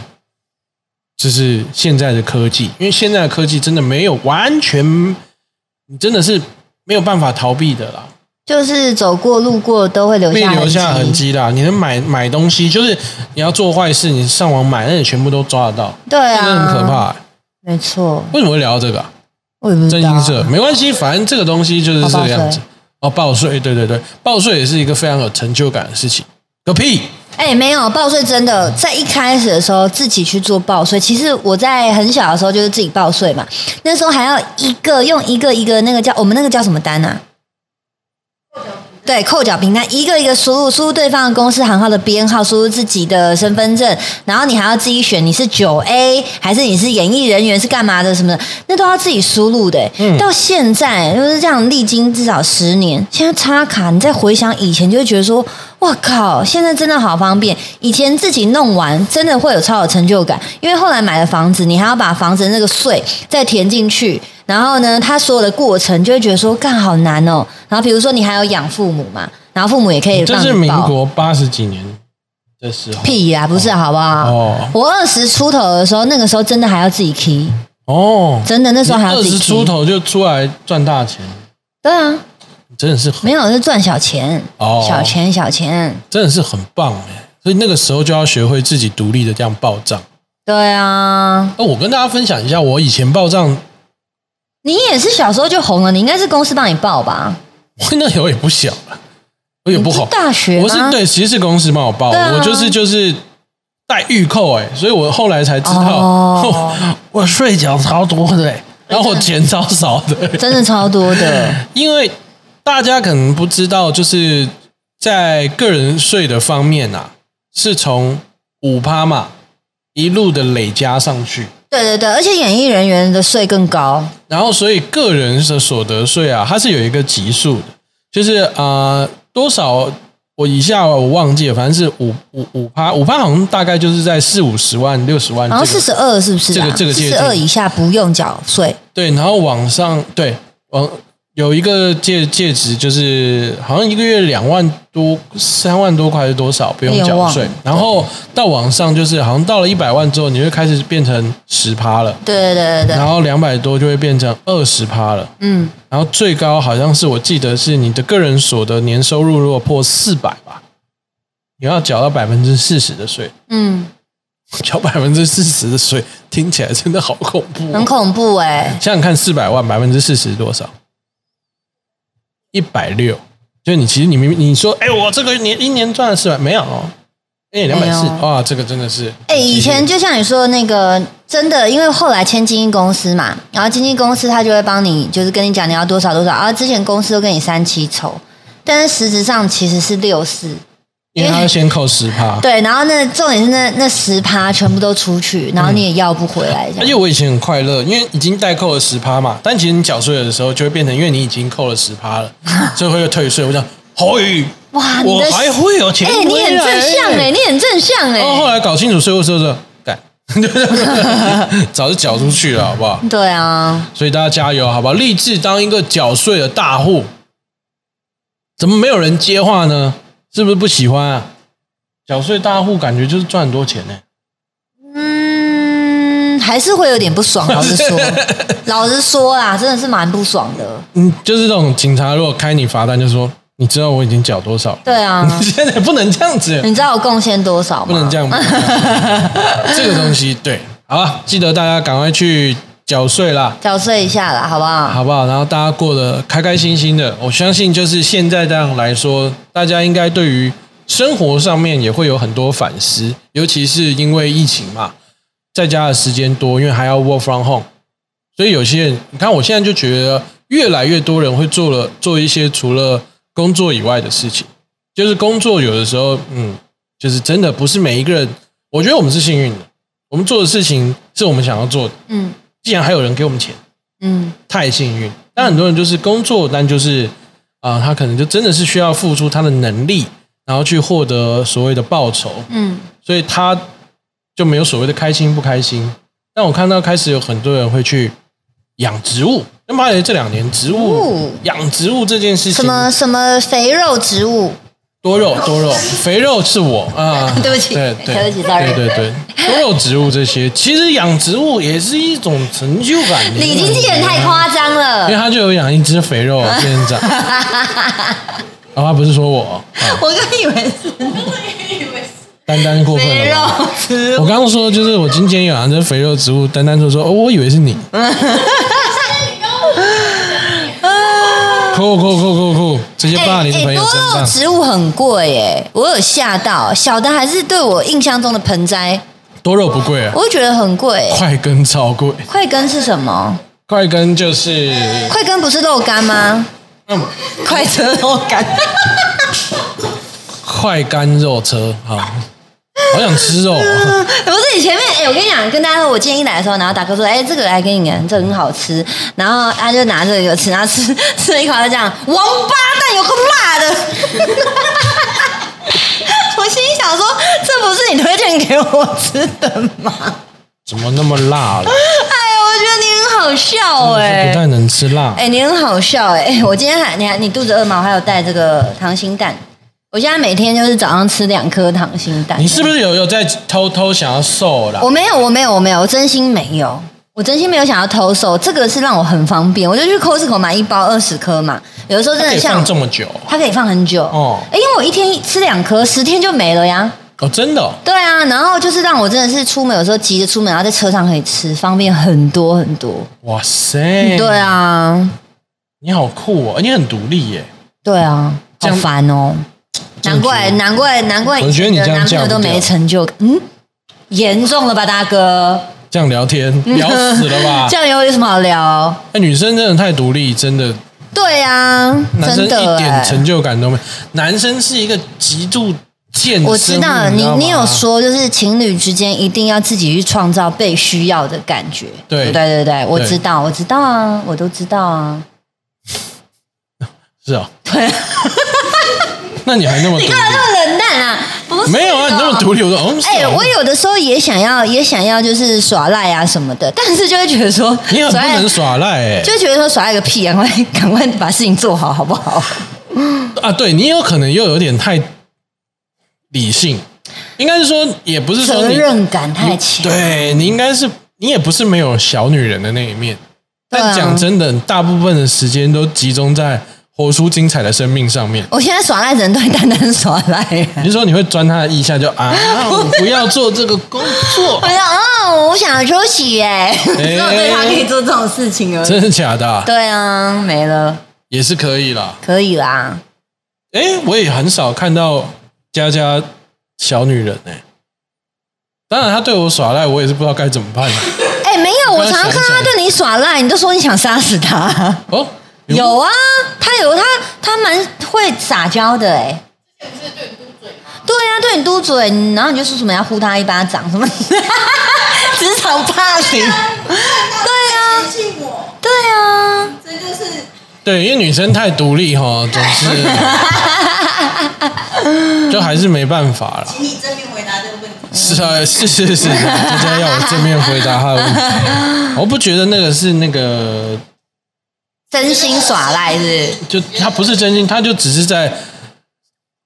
Speaker 1: 就是现在的科技，因为现在的科技真的没有完全，你真的是没有办法逃避的啦，
Speaker 2: 就是走过路过都会留
Speaker 1: 被
Speaker 2: 下
Speaker 1: 留下痕
Speaker 2: 痕。
Speaker 1: 迹啦。你能买买东西，就是你要做坏事，你上网买，那你全部都抓得到，
Speaker 2: 对
Speaker 1: 真
Speaker 2: 啊，
Speaker 1: 的很可怕欸、
Speaker 2: 没错，
Speaker 1: 为什么会聊到这个啊、
Speaker 2: 我也不
Speaker 1: 真
Speaker 2: 知道
Speaker 1: 心。社没关系，反正这个东西就是这个样子。哦，报税，对对对，报税也是一个非常有成就感的事情。个屁！
Speaker 2: 哎、没有报税，真的在一开始的时候自己去做报税。其实我在很小的时候就是自己报税嘛，那时候还要一个用一个一个那个叫我们那个叫什么单啊？对，扣缴凭单，一个一个输入，输入对方的公司行号的编号，输入自己的身份证，然后你还要自己选你是九 A 还是你是演艺人员是干嘛的什么的，那都要自己输入的、
Speaker 1: 嗯
Speaker 2: 到现在就是这样，历经至少十年，现在插卡，你再回想以前，就会觉得说，哇靠，现在真的好方便。以前自己弄完，真的会有超有成就感，因为后来买了房子，你还要把房子的那个税再填进去。然后呢，他所有的过程就会觉得说，干好难哦。然后比如说你还有养父母嘛，然后父母也可以
Speaker 1: 这
Speaker 2: 让
Speaker 1: 是
Speaker 2: 你
Speaker 1: 民
Speaker 2: 报。
Speaker 1: 国八十几年的时候。
Speaker 2: 屁啊啦，不是好不好？
Speaker 1: 哦
Speaker 2: 我二十出头的时候，那个时候真的还要自己 key，
Speaker 1: 哦，
Speaker 2: 真的那时候还要
Speaker 1: 二
Speaker 2: 自己
Speaker 1: 十
Speaker 2: key
Speaker 1: 出。头就出来赚大钱，
Speaker 2: 对啊，
Speaker 1: 真的是
Speaker 2: 没
Speaker 1: 很
Speaker 2: 有是赚小钱，
Speaker 1: 哦
Speaker 2: 小钱小钱。
Speaker 1: 真的是很棒哎。所以那个时候就要学会自己独立的这样报账。哦
Speaker 2: 对啊，
Speaker 1: 那我跟大家分享一下，我以前报账
Speaker 2: 你也是小时候就红了，你应该是公司帮你报吧？
Speaker 1: 我那时候也不小了，我也不红
Speaker 2: 你是。大学啊吗
Speaker 1: 我是对，其实是公司帮我报，
Speaker 2: 对啊
Speaker 1: 我就是就是带预扣哎、所以我后来才知道，
Speaker 2: 哦
Speaker 1: 我睡觉超多的、欸，然后我钱超少的、
Speaker 2: 真的超多 的，
Speaker 1: 因为大家可能不知道，就是在个人税的方面啊，是从五趴嘛一路的累加上去，
Speaker 2: 对对对，而且演艺人员的税更高，
Speaker 1: 然后所以个人的所得税啊，它是有一个级数的，就是呃多少我以下我忘记了，反正是五五五趴，五趴好像大概就是在四五十万、六十万、这个，
Speaker 2: 然后四十二是不是、啊？
Speaker 1: 这个这个
Speaker 2: 四
Speaker 1: 界
Speaker 2: 十
Speaker 1: 定
Speaker 2: 二以下不用缴税，
Speaker 1: 对，然后往上对往有一个介介值，就是好像一个月两万多、三万多块是多少，不用
Speaker 2: 有点
Speaker 1: 缴
Speaker 2: 忘
Speaker 1: 税
Speaker 2: 了。
Speaker 1: 然后到往上就是好像到了一百万之后，你就开始变成十趴了，
Speaker 2: 对对对对
Speaker 1: 然
Speaker 2: 对，
Speaker 1: 后两百多就会变成二十趴了。
Speaker 2: 嗯，
Speaker 1: 然后最高好像是我记得是你的个人所得年收入如果破四百吧，你要缴到百分之四十的税，
Speaker 2: 嗯，
Speaker 1: 缴百分之四十的税听起来真的好恐怖哦、
Speaker 2: 很恐怖哎、
Speaker 1: 想想看，四百万百分之四十多少？一百六，就是你其实你明明你说，哎、我这个年一年赚了四百，没有哦，哎、两
Speaker 2: 没
Speaker 1: 百
Speaker 2: 有
Speaker 1: 四，哇，这个真的是，
Speaker 2: 哎、以前就像你说的那个，真的，因为后来签经纪公司嘛，然后经纪公司他就会帮你，就是跟你讲你要多少多少，啊，之前公司都跟你三七筹，但是实质上其实是六四，
Speaker 1: 因为他要先扣十趴，
Speaker 2: 对，然后那重点是那那十趴全部都出去，然后你也要不回来，这
Speaker 1: 而
Speaker 2: 样、
Speaker 1: 且我以前很快乐，因为已经代扣了十趴嘛，但其实你缴税的时候就会变成，因为你已经扣了十趴 了，所以会退税。我想，嘿，
Speaker 2: 哇，你
Speaker 1: 我
Speaker 2: 的
Speaker 1: 还会有钱
Speaker 2: 哎、
Speaker 1: 回来、
Speaker 2: 你很正向哎、你很正向哎、
Speaker 1: 哦然后后来搞清楚税务之后说，干， 早就缴出去了，好不好？
Speaker 2: 对啊，
Speaker 1: 所以大家加油，好不好？立志当一个缴税的大户。怎么没有人接话呢？是不是不喜欢啊？缴税大户感觉就是赚很多钱呢、
Speaker 2: 嗯，还是会有点不爽，老实说， 老实说啦，真的是蛮不爽的，
Speaker 1: 嗯，就是这种警察如果开你罚单，就说你知道我已经缴多少了，
Speaker 2: 对啊。
Speaker 1: 你 现在不能这样子，
Speaker 2: 你知道我贡献多少吗？
Speaker 1: 不能这样。 不能这样这个东西对，好啊，记得大家赶快去缴税啦。
Speaker 2: 缴税一下啦，好不好？
Speaker 1: 好不好？然后大家过得开开心心的，我相信就是现在这样来说，大家应该对于生活上面也会有很多反思，尤其是因为疫情嘛，在家的时间多，因为还要 work from home，所以有些人，你看我现在就觉得越来越多人会做了做一些除了工作以外的事情，就是工作有的时候，嗯，就是真的不是每一个人，我觉得我们是幸运的，我们做的事情是我们想要做的，
Speaker 2: 嗯
Speaker 1: 既然还有人给我们钱。
Speaker 2: 嗯，
Speaker 1: 太幸运。但很多人就是工作，但就是啊、呃他可能就真的是需要付出他的能力，然后去获得所谓的报酬，
Speaker 2: 嗯，
Speaker 1: 所以他就没有所谓的开心不开心。但我看到开始有很多人会去养植物，那妈的这两年植物、
Speaker 2: 哦
Speaker 1: 养植物这件事
Speaker 2: 什
Speaker 1: 情，
Speaker 2: 么什么肥肉植物，
Speaker 1: 多肉多肉肥肉是我啊，
Speaker 2: 对不起
Speaker 1: 对对
Speaker 2: 对不起，sorry
Speaker 1: 对对对，多肉植物这些，其实养植物也是一种成就感。
Speaker 2: 你经纪人太夸张
Speaker 1: 因为
Speaker 2: 了。
Speaker 1: 他就有养一只肥 肉啊仙人掌。然啊后他不是说我
Speaker 2: 我刚以为是
Speaker 1: 单单过分
Speaker 2: 肥
Speaker 1: 了
Speaker 2: 肉
Speaker 1: 吧。
Speaker 2: 植
Speaker 1: 我
Speaker 2: 物，
Speaker 1: 刚刚说就是我今天有养只肥肉植物，单单就说哦，我以为是 你。酷酷酷酷酷！直接霸凌朋友
Speaker 2: 哎多
Speaker 1: 身
Speaker 2: 肉
Speaker 1: 上。
Speaker 2: 植物很贵耶，我有吓到，小的还是对我印象中的盆栽，
Speaker 1: 多肉不贵啊，
Speaker 2: 我会觉得很贵。
Speaker 1: 块根超贵。
Speaker 2: 快根是什么？
Speaker 1: 块根就是
Speaker 2: 快根不是肉干吗？
Speaker 1: 嗯，
Speaker 2: 快车肉干，
Speaker 1: 块干肉车啊，好想吃肉、哦。
Speaker 2: 不是你前面，哎、我跟你讲，跟大家说，我今天一来的时候，然后达哥说，哎、这个来给你们，这个很好吃。然后他就拿这个吃，然后吃吃了一口，他就讲王八蛋，有够辣的。 我心里想说，这不是你推荐给我吃的吗？
Speaker 1: 怎么那么辣了？
Speaker 2: 哎呀，我觉得你很好笑哎、
Speaker 1: 不太能吃辣。
Speaker 2: 哎、你很好笑哎、我今天还你还你肚子饿吗？我还有带这个溏心蛋。我现在每天就是早上吃两颗溏心蛋。
Speaker 1: 你是不是有有在偷偷想要瘦啦？
Speaker 2: 我没有，我没有，我没有，我真心没有，我真心没有想要偷售，这个是让我很方便，我就去 Costco 买一包二十颗嘛，有的时候真
Speaker 1: 可
Speaker 2: 的
Speaker 1: 以放
Speaker 2: 像
Speaker 1: 这么久，
Speaker 2: 它可以放很久
Speaker 1: 哦
Speaker 2: 哦，哎，因为我一天吃两颗，十天就没了呀。
Speaker 1: 哦，真的、哦，
Speaker 2: 对啊，然后就是让我真的是出门有时候急着出门，然后在车上可以吃，方便很多很多。
Speaker 1: 哇塞，
Speaker 2: 对，啊，
Speaker 1: 你好酷哦，你很独立耶，
Speaker 2: 对啊，
Speaker 1: 这
Speaker 2: 好
Speaker 1: 样
Speaker 2: 烦哦，
Speaker 1: 这样
Speaker 2: 难怪
Speaker 1: 觉得
Speaker 2: 难怪难怪，
Speaker 1: 我觉得你这样
Speaker 2: 男朋友都
Speaker 1: 嫁不掉
Speaker 2: 没成就感，嗯，严重了吧，大哥，
Speaker 1: 这样聊 天聊死了吧
Speaker 2: 这？样有什么好聊？
Speaker 1: 那女生真的太独立，真的，
Speaker 2: 对啊，
Speaker 1: 男生
Speaker 2: 真的
Speaker 1: 一点
Speaker 2: 哎、
Speaker 1: 成就感都没。男生是一个极度贱的生物，
Speaker 2: 我知道
Speaker 1: 你
Speaker 2: 你
Speaker 1: 吗
Speaker 2: 你有说，就是情侣之间一定要自己去创造被需要的感觉。
Speaker 1: 对
Speaker 2: 对对对，我知道，我知道啊，我都知道啊。
Speaker 1: 是啊，对， 那你还那么独
Speaker 2: 你干嘛
Speaker 1: 立？
Speaker 2: 那么冷淡啊？不是
Speaker 1: 没有啊，你那么独立，我说，哦，
Speaker 2: 哎、
Speaker 1: 是哦
Speaker 2: 我有的时候也想要，也想要就是耍赖啊什么的，但是就会觉得说，
Speaker 1: 你很不
Speaker 2: 耍赖
Speaker 1: 能耍赖哎
Speaker 2: 就会觉得说耍赖个屁，赶快赶快把事情做好，好不好？
Speaker 1: 啊！对你有可能又有点太理性，应该是说也不是说
Speaker 2: 责
Speaker 1: 你
Speaker 2: 任感太强。
Speaker 1: 对你应该是你也不是没有小女人的那一面，
Speaker 2: 对啊
Speaker 1: 但讲真的，大部分的时间都集中在活出精彩的生命上面。
Speaker 2: 我现在耍赖只能对丹丹耍赖、
Speaker 1: 你是说你会钻他的腋下就 啊，我不要做这个工作
Speaker 2: 我，说哦，我想休息耶， 只有对他可以哎做这种事情而已。
Speaker 1: 真的假的啊、
Speaker 2: 对啊，没了，
Speaker 1: 也是可以啦。
Speaker 2: 可以啦。
Speaker 1: 哎，我也很少看到佳佳小女人哎、当然，他对我耍赖，我也是不知道该怎么办、
Speaker 2: 哎、没有，我
Speaker 1: 刚
Speaker 2: 常
Speaker 1: 刚想
Speaker 2: 看
Speaker 1: 起
Speaker 2: 他
Speaker 1: 来
Speaker 2: 对你耍赖，你都说你想杀死他。
Speaker 1: 哦，
Speaker 2: 有啊，他有他他蛮会撒娇的哎、对啊，对你嘟嘴，然后你就说什么要呼他一巴掌什么，职场霸凌。对啊，
Speaker 3: 气我，
Speaker 2: 对啊，
Speaker 3: 这就是
Speaker 1: 对，因为女生太独立哈，总 是就还是没办法啦。
Speaker 3: 请你正面回答这个问题。
Speaker 1: 是啊，是是是，大家要我正面回答他的问题。我不觉得那个是那个，
Speaker 2: 真心耍赖是不是
Speaker 1: 就他不是真心，他就只是在，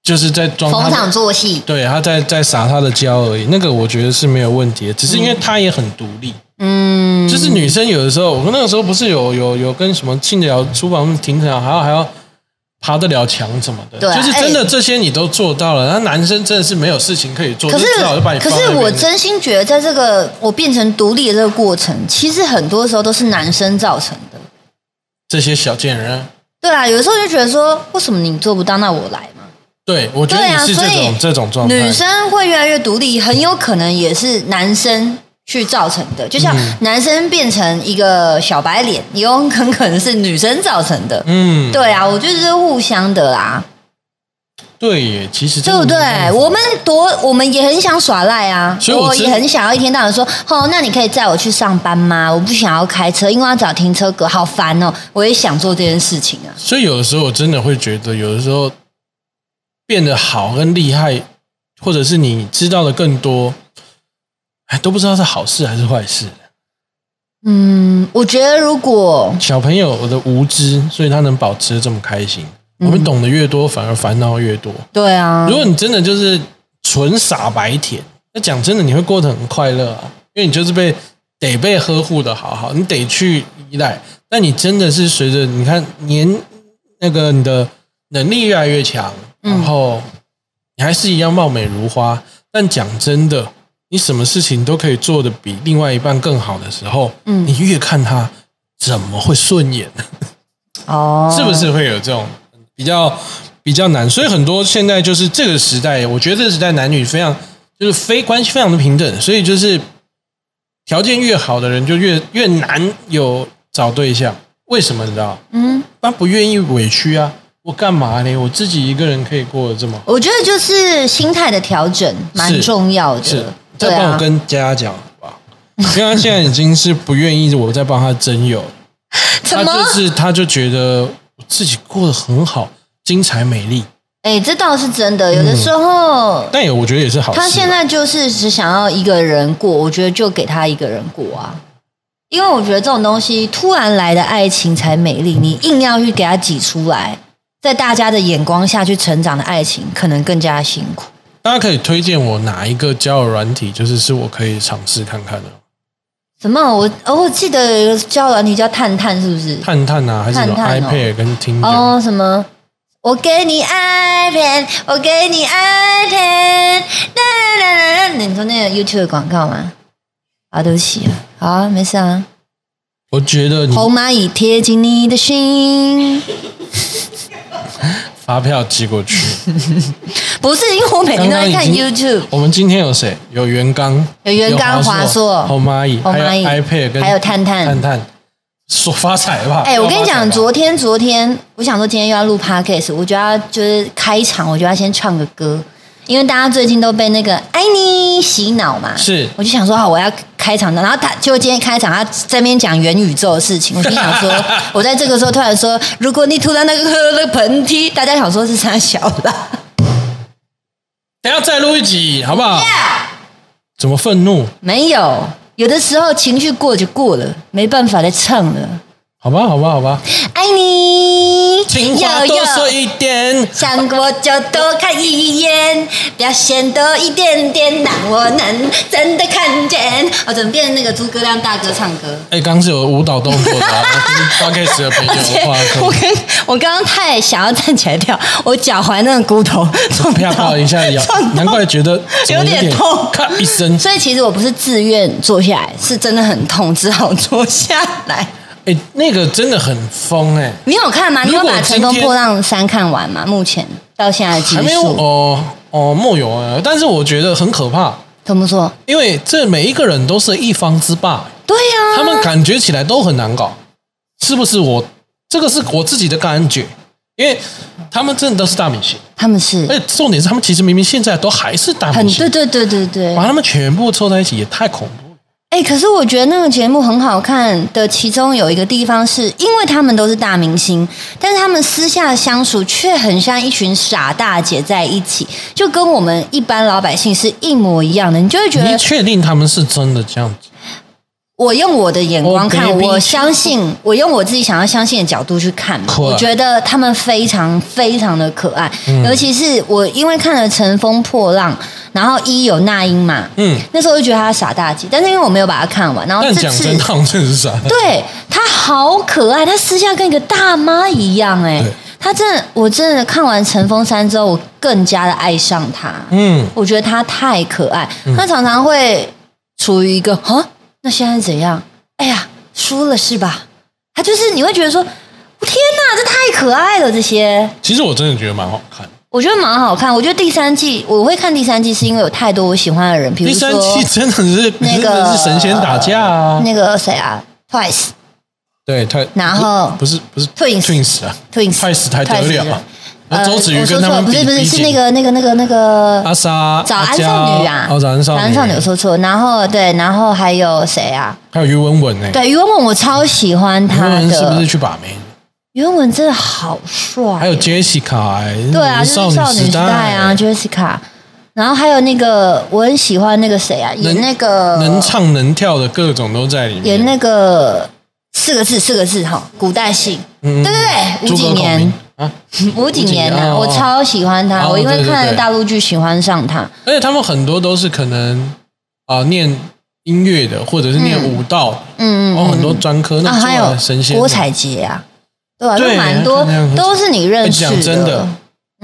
Speaker 1: 就是在装
Speaker 2: 逢
Speaker 1: 他
Speaker 2: 场
Speaker 1: 的，
Speaker 2: 作戏。
Speaker 1: 对，他在在撒他的娇而已。那个我觉得是没有问题的，只是因
Speaker 3: 嗯
Speaker 1: 为他也很独立。
Speaker 2: 嗯，
Speaker 1: 就是女生有的时候，我们那个时候不是有有有跟什么进得了厨房、停得了，还要还要爬得了墙什么的，
Speaker 2: 对啊
Speaker 1: 就是真的
Speaker 2: 哎
Speaker 1: 这些你都做到了。那、男生真的是没有事情可以做，
Speaker 2: 可是
Speaker 1: 就只好就把你
Speaker 2: 可
Speaker 1: 放在
Speaker 2: 是
Speaker 1: 那边
Speaker 2: 我真心觉得，在这个我变成独立的这个过程，其实很多时候都是男生造成的。
Speaker 1: 这些小贱人啊，
Speaker 2: 对啊，有时候就觉得说，为什么你做不到，那我来嘛。
Speaker 1: 对我觉得
Speaker 2: 对
Speaker 1: 你
Speaker 2: 啊，
Speaker 1: 是
Speaker 2: 所
Speaker 1: 这种、
Speaker 2: 以
Speaker 1: 这种状态，
Speaker 2: 女生会越来越独立，很有可能也是男生。去造成的，就像
Speaker 1: 嗯
Speaker 2: 男生变成一个小白脸，也有很可能是女生造成的。
Speaker 1: 嗯，
Speaker 2: 对啊，我觉得这是互相的啊啦，
Speaker 1: 对耶，其实
Speaker 2: 对
Speaker 1: 真的
Speaker 2: 不对
Speaker 1: 嗯没办？法
Speaker 2: 我们多，我们也很想耍赖啊，
Speaker 1: 所以
Speaker 2: 我
Speaker 1: 我
Speaker 2: 也
Speaker 1: 真
Speaker 2: 很想要一天到晚说，哦，那你可以载我去上班吗？我不想要开车，因为要找停车格，好烦哦。我也想做这件事情啊。
Speaker 1: 所以有的时候我真的会觉得，有的时候变得好跟厉害，或者是你知道的更多，哎，都不知道是好事还是坏事。
Speaker 2: 嗯，我觉得如果
Speaker 1: 小朋友的无知，所以他能保持得这么开心。我们懂得越多，反而烦恼越多。
Speaker 2: 对啊
Speaker 1: 如，果你真的就是纯傻白甜，那讲真的，你会过得很快乐啊，因为你就是被得被呵护的好好，你得去依赖。但你真的是随着你看年那个你的能力越来越强，
Speaker 2: 嗯
Speaker 1: 然后你还是一样貌美如花。但讲真的，你什么事情都可以做的比另外一半更好的时候，
Speaker 2: 嗯
Speaker 1: 你越看他怎么会顺眼？
Speaker 2: 哦，
Speaker 1: 是不？是会有这种比较比较难？所以很多现在就是这个时代，我觉得这个时代男女非常就是非关系非常的平等，所以就是条件越好的人就越越难有找对象。为什么你知道？
Speaker 2: 嗯，
Speaker 1: 他不愿意委屈啊！我干嘛呢？我自己一个人可以过得这么好
Speaker 2: 我觉得就是心态的调整蛮
Speaker 1: 是
Speaker 2: 重要
Speaker 1: 是
Speaker 2: 的。，对
Speaker 1: 再帮我
Speaker 2: 啊，
Speaker 1: 跟佳佳讲好不好？因为他现在已经是不愿意我再帮他征友，
Speaker 2: 怎
Speaker 1: 他
Speaker 2: 么？
Speaker 1: 啊就是他就觉得我自己过得很好，精彩美丽。
Speaker 2: 哎，这倒是真的。有
Speaker 1: 嗯
Speaker 2: 的时候，
Speaker 1: 但也我觉得也是好事啊。
Speaker 2: 他现在就是只想要一个人过，我觉得就给他一个人过啊。因为我觉得这种东西突然来的爱情才美丽，你硬要去给他挤出来，在大家的眼光下去成长的爱情，可能更加辛苦。
Speaker 1: 大家可以推荐我哪一个交友软体，就是是我可以尝试看看的，
Speaker 2: 什么？我哦，我记得有个交友软体叫探探，是不是？
Speaker 1: 探探啊，还是什么
Speaker 2: 探探哦
Speaker 1: iPad 跟 Tinder，、
Speaker 2: 哦，什么？我给你 iPad，我给你 iPad，哒那你说那个 YouTube 的广告吗？啊，对不起啊，好啊，没事啊。
Speaker 1: 我觉得你
Speaker 2: 红蚂蚁贴近你的心，
Speaker 1: 发票寄过去。
Speaker 2: 不是因为我 每天都在看
Speaker 1: 刚刚已
Speaker 2: YouTube，
Speaker 1: 我们今天有谁？有袁刚，
Speaker 2: 有袁刚华硕
Speaker 1: 红蚂蚁，
Speaker 2: 红蚂蚁
Speaker 1: 还有 iPad，跟
Speaker 2: 还有探探
Speaker 1: 探探，说发财吧。
Speaker 2: 哎、我跟你
Speaker 1: 要发
Speaker 2: 讲，
Speaker 1: 财吧
Speaker 2: 昨天昨天，我想说今天又要录 podcast，我就要就是开场，我就要先唱个歌，因为大家最近都被那个“爱你”洗脑嘛。
Speaker 1: 是
Speaker 2: 我就想说好，我要开场的，然后他就今天开场，他这边讲元宇宙的事情，我心想说，我在这个时候突然说，如果你突然那个喝了喷嚏，大家想说是啥小啦？
Speaker 1: 等一下再录一集，好不好？怎么愤怒？
Speaker 2: 没有，有的时候情绪过就过了，没办法再唱了。
Speaker 1: 好吧，好吧，好吧，
Speaker 2: 爱你，
Speaker 1: 情话
Speaker 2: 悠悠
Speaker 1: 多说一点。
Speaker 2: 想过就多看一眼，表现多一点点，让我能真的看见。我怎么变成那个诸葛亮大哥唱歌？
Speaker 1: 哎，刚是有舞蹈动作的啊， 我听 podcast 的朋友
Speaker 2: 而且
Speaker 1: 的话
Speaker 2: 我
Speaker 1: 可以
Speaker 2: 跟我刚刚太想要站起来跳，我脚踝那个骨头撞
Speaker 1: 啪
Speaker 2: 到
Speaker 1: 啪一下咬
Speaker 2: 撞，到
Speaker 1: 难怪觉 得怎么
Speaker 2: 有点痛
Speaker 1: 咔一声。
Speaker 2: 所以其实我不是自愿坐下来，是真的很痛，只好坐下 来。
Speaker 1: 哎，那个真的很疯哎，
Speaker 2: 你有看吗？你有
Speaker 1: 如
Speaker 2: 把
Speaker 1: 果
Speaker 2: 《
Speaker 1: 今
Speaker 2: 乘
Speaker 1: 天
Speaker 2: 风破浪三》看完吗？目前到现在的集
Speaker 1: 还没有
Speaker 2: 数，
Speaker 1: 哦哦木有啊，但是我觉得很可怕，
Speaker 2: 怎么说？
Speaker 1: 因为这每一个人都是一方之霸，
Speaker 2: 对呀、
Speaker 1: 他们感觉起来都很难搞，是不是我？这个是我自己的感觉，因为他们真的都是大明星，
Speaker 2: 他们是
Speaker 1: 而且重点是他们其实明明现在都还哦是大
Speaker 2: 很
Speaker 1: 明
Speaker 2: 对
Speaker 1: 星，
Speaker 2: 对对对对。
Speaker 1: 把他们全部凑在一起也太恐怖了。
Speaker 2: 哎、可是我觉得那个节目很好看的，其中有一个地方是因为他们都是大明星，但是他们私下相处却很像一群傻大姐在一起，就跟我们一般老百姓是一模一样的。你就会觉
Speaker 1: 你
Speaker 2: 得，
Speaker 1: 确定他们是真的这样子？
Speaker 2: 我用我的眼光看，
Speaker 1: Oh, baby
Speaker 2: 我相信， 我用我自己想要相信的角度去看嘛，
Speaker 1: 可爱嗯
Speaker 2: 我觉得他们非常非常的可爱，尤其是我因为看了《乘风破浪》，然后一有那英嘛，
Speaker 1: 嗯，
Speaker 2: 那时候就觉得她傻大姐，但是因为我没有把它看完，然后
Speaker 1: 但
Speaker 2: 啊这
Speaker 1: 讲
Speaker 2: 次
Speaker 1: 真，他们真的是 傻。
Speaker 2: 对她好可爱，她私下跟一个大妈一样、欸，哎
Speaker 1: 对，
Speaker 2: 她真的，我真的看完《乘风三》之后，我更加的爱上她。
Speaker 1: 嗯，
Speaker 2: 我觉得她太可爱，她常常会处于一个啊，那现在怎样？哎呀，输了是吧？她就是你会觉得说，天哪，这太可爱了，这些
Speaker 1: 其实我真的觉得蛮好看。
Speaker 2: 我觉得蛮好看。我觉得第三季我会看第三季，是因为有太多我喜欢的人，比如
Speaker 1: 第
Speaker 2: 说
Speaker 1: 三期真的是
Speaker 2: 那
Speaker 1: 真
Speaker 2: 个
Speaker 1: 的是神仙打架啊！
Speaker 2: 那个谁啊，Twice
Speaker 1: 对，他
Speaker 2: 然后
Speaker 1: 不是不是
Speaker 2: Twins
Speaker 1: Twins 啊
Speaker 2: Twins
Speaker 1: 太死太得
Speaker 2: Twice
Speaker 1: 了
Speaker 2: 的
Speaker 1: 啊！那周子瑜
Speaker 2: 我
Speaker 1: 跟
Speaker 2: 说
Speaker 1: 他
Speaker 2: 错了，
Speaker 1: 们
Speaker 2: 不
Speaker 1: 比
Speaker 2: 是不是
Speaker 1: 比
Speaker 2: 是
Speaker 1: 紧
Speaker 2: 那个那个那个那个
Speaker 1: 阿莎、
Speaker 2: 早
Speaker 1: 阿
Speaker 2: 安
Speaker 1: 娇
Speaker 2: 少女啊，
Speaker 1: 哦，早安少
Speaker 2: 早
Speaker 1: 女，
Speaker 2: 安少女我说错，然后对，然后还有谁啊？
Speaker 1: 还有于文文呢、欸，
Speaker 2: 对，于文文我超喜欢
Speaker 1: 于
Speaker 2: 他
Speaker 1: 文文是不
Speaker 2: 的
Speaker 1: 是，去把妹？
Speaker 2: 于文文真的好帅哦，
Speaker 1: 还有 Jessica，、欸、
Speaker 2: 对啊，就是少
Speaker 1: 女
Speaker 2: 女时代啊，Jessica，然后还有那个我很喜欢那个谁啊，演
Speaker 1: 能
Speaker 2: 那个
Speaker 1: 能唱能跳的各种都在里面。
Speaker 2: 演那个四个字四个字哈，古代性，
Speaker 1: 嗯
Speaker 2: 对对对，五
Speaker 1: 诸
Speaker 2: 几
Speaker 1: 葛孔
Speaker 2: 年
Speaker 1: 明。啊，
Speaker 2: 五几年啊，
Speaker 1: 哦
Speaker 2: 我超喜欢他，
Speaker 1: 哦
Speaker 2: 我因为
Speaker 1: 对对
Speaker 2: 看了
Speaker 1: 对
Speaker 2: 大陆剧喜欢上他。
Speaker 1: 而且他们很多都是可能啊、念音乐的，或者是念舞蹈，
Speaker 2: 嗯嗯
Speaker 1: 然后哦
Speaker 2: 嗯
Speaker 1: 很多专科，那
Speaker 2: 啊，还有
Speaker 1: 神仙
Speaker 2: 郭采洁啊，对啊，就
Speaker 1: 对
Speaker 2: 蛮多
Speaker 1: 还有那个
Speaker 2: 都是你认识
Speaker 1: 哎讲真的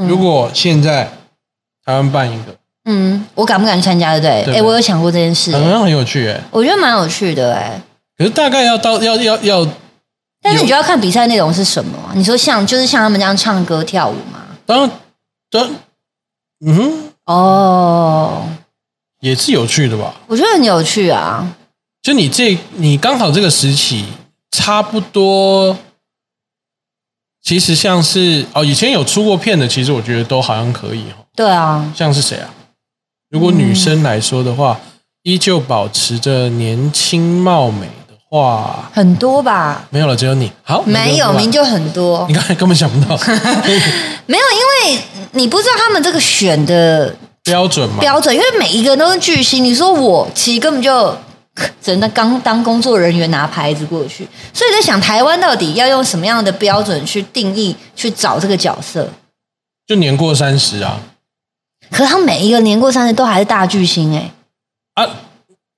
Speaker 1: 如果现在台湾办一个，
Speaker 2: 嗯，我敢不敢参加？对不对？
Speaker 1: 对
Speaker 2: 哎、我有想过这件事、
Speaker 1: 好像很有趣哎、
Speaker 2: 我觉得蛮有趣的哎、
Speaker 1: 可是大概要到要要要
Speaker 2: 但是
Speaker 1: 有
Speaker 2: 你就要看比赛内容是什么啊、你说像就是像他们这样唱歌跳舞嘛？
Speaker 1: 当当嗯哼，
Speaker 2: 哦，
Speaker 1: 也是有趣的吧？
Speaker 2: 我觉得很有趣啊。
Speaker 1: 就你这，你刚好这个时期，差不多，其实像是哦，以前有出过片的，其实我觉得都好像可以哦。
Speaker 2: 对啊，
Speaker 1: 像是谁啊？如果女生来说的话，依旧保持着年轻貌美的话，
Speaker 2: 很多吧？
Speaker 1: 没有了，只有你。好，
Speaker 2: 没有，
Speaker 1: 你
Speaker 2: 明就很多
Speaker 1: 你。刚才根本想不到
Speaker 2: 没有，因为你不知道他们这个选的
Speaker 1: 标准嘛？
Speaker 2: 标准，因为每一个人都是巨星。你说我其实根本就 只能刚当工作人员拿牌子过去，所以在想台湾到底要用什么样的标准去定义去找这个角色？
Speaker 1: 就年过三十啊
Speaker 2: 可他每一个年过三十都还是大巨星哎、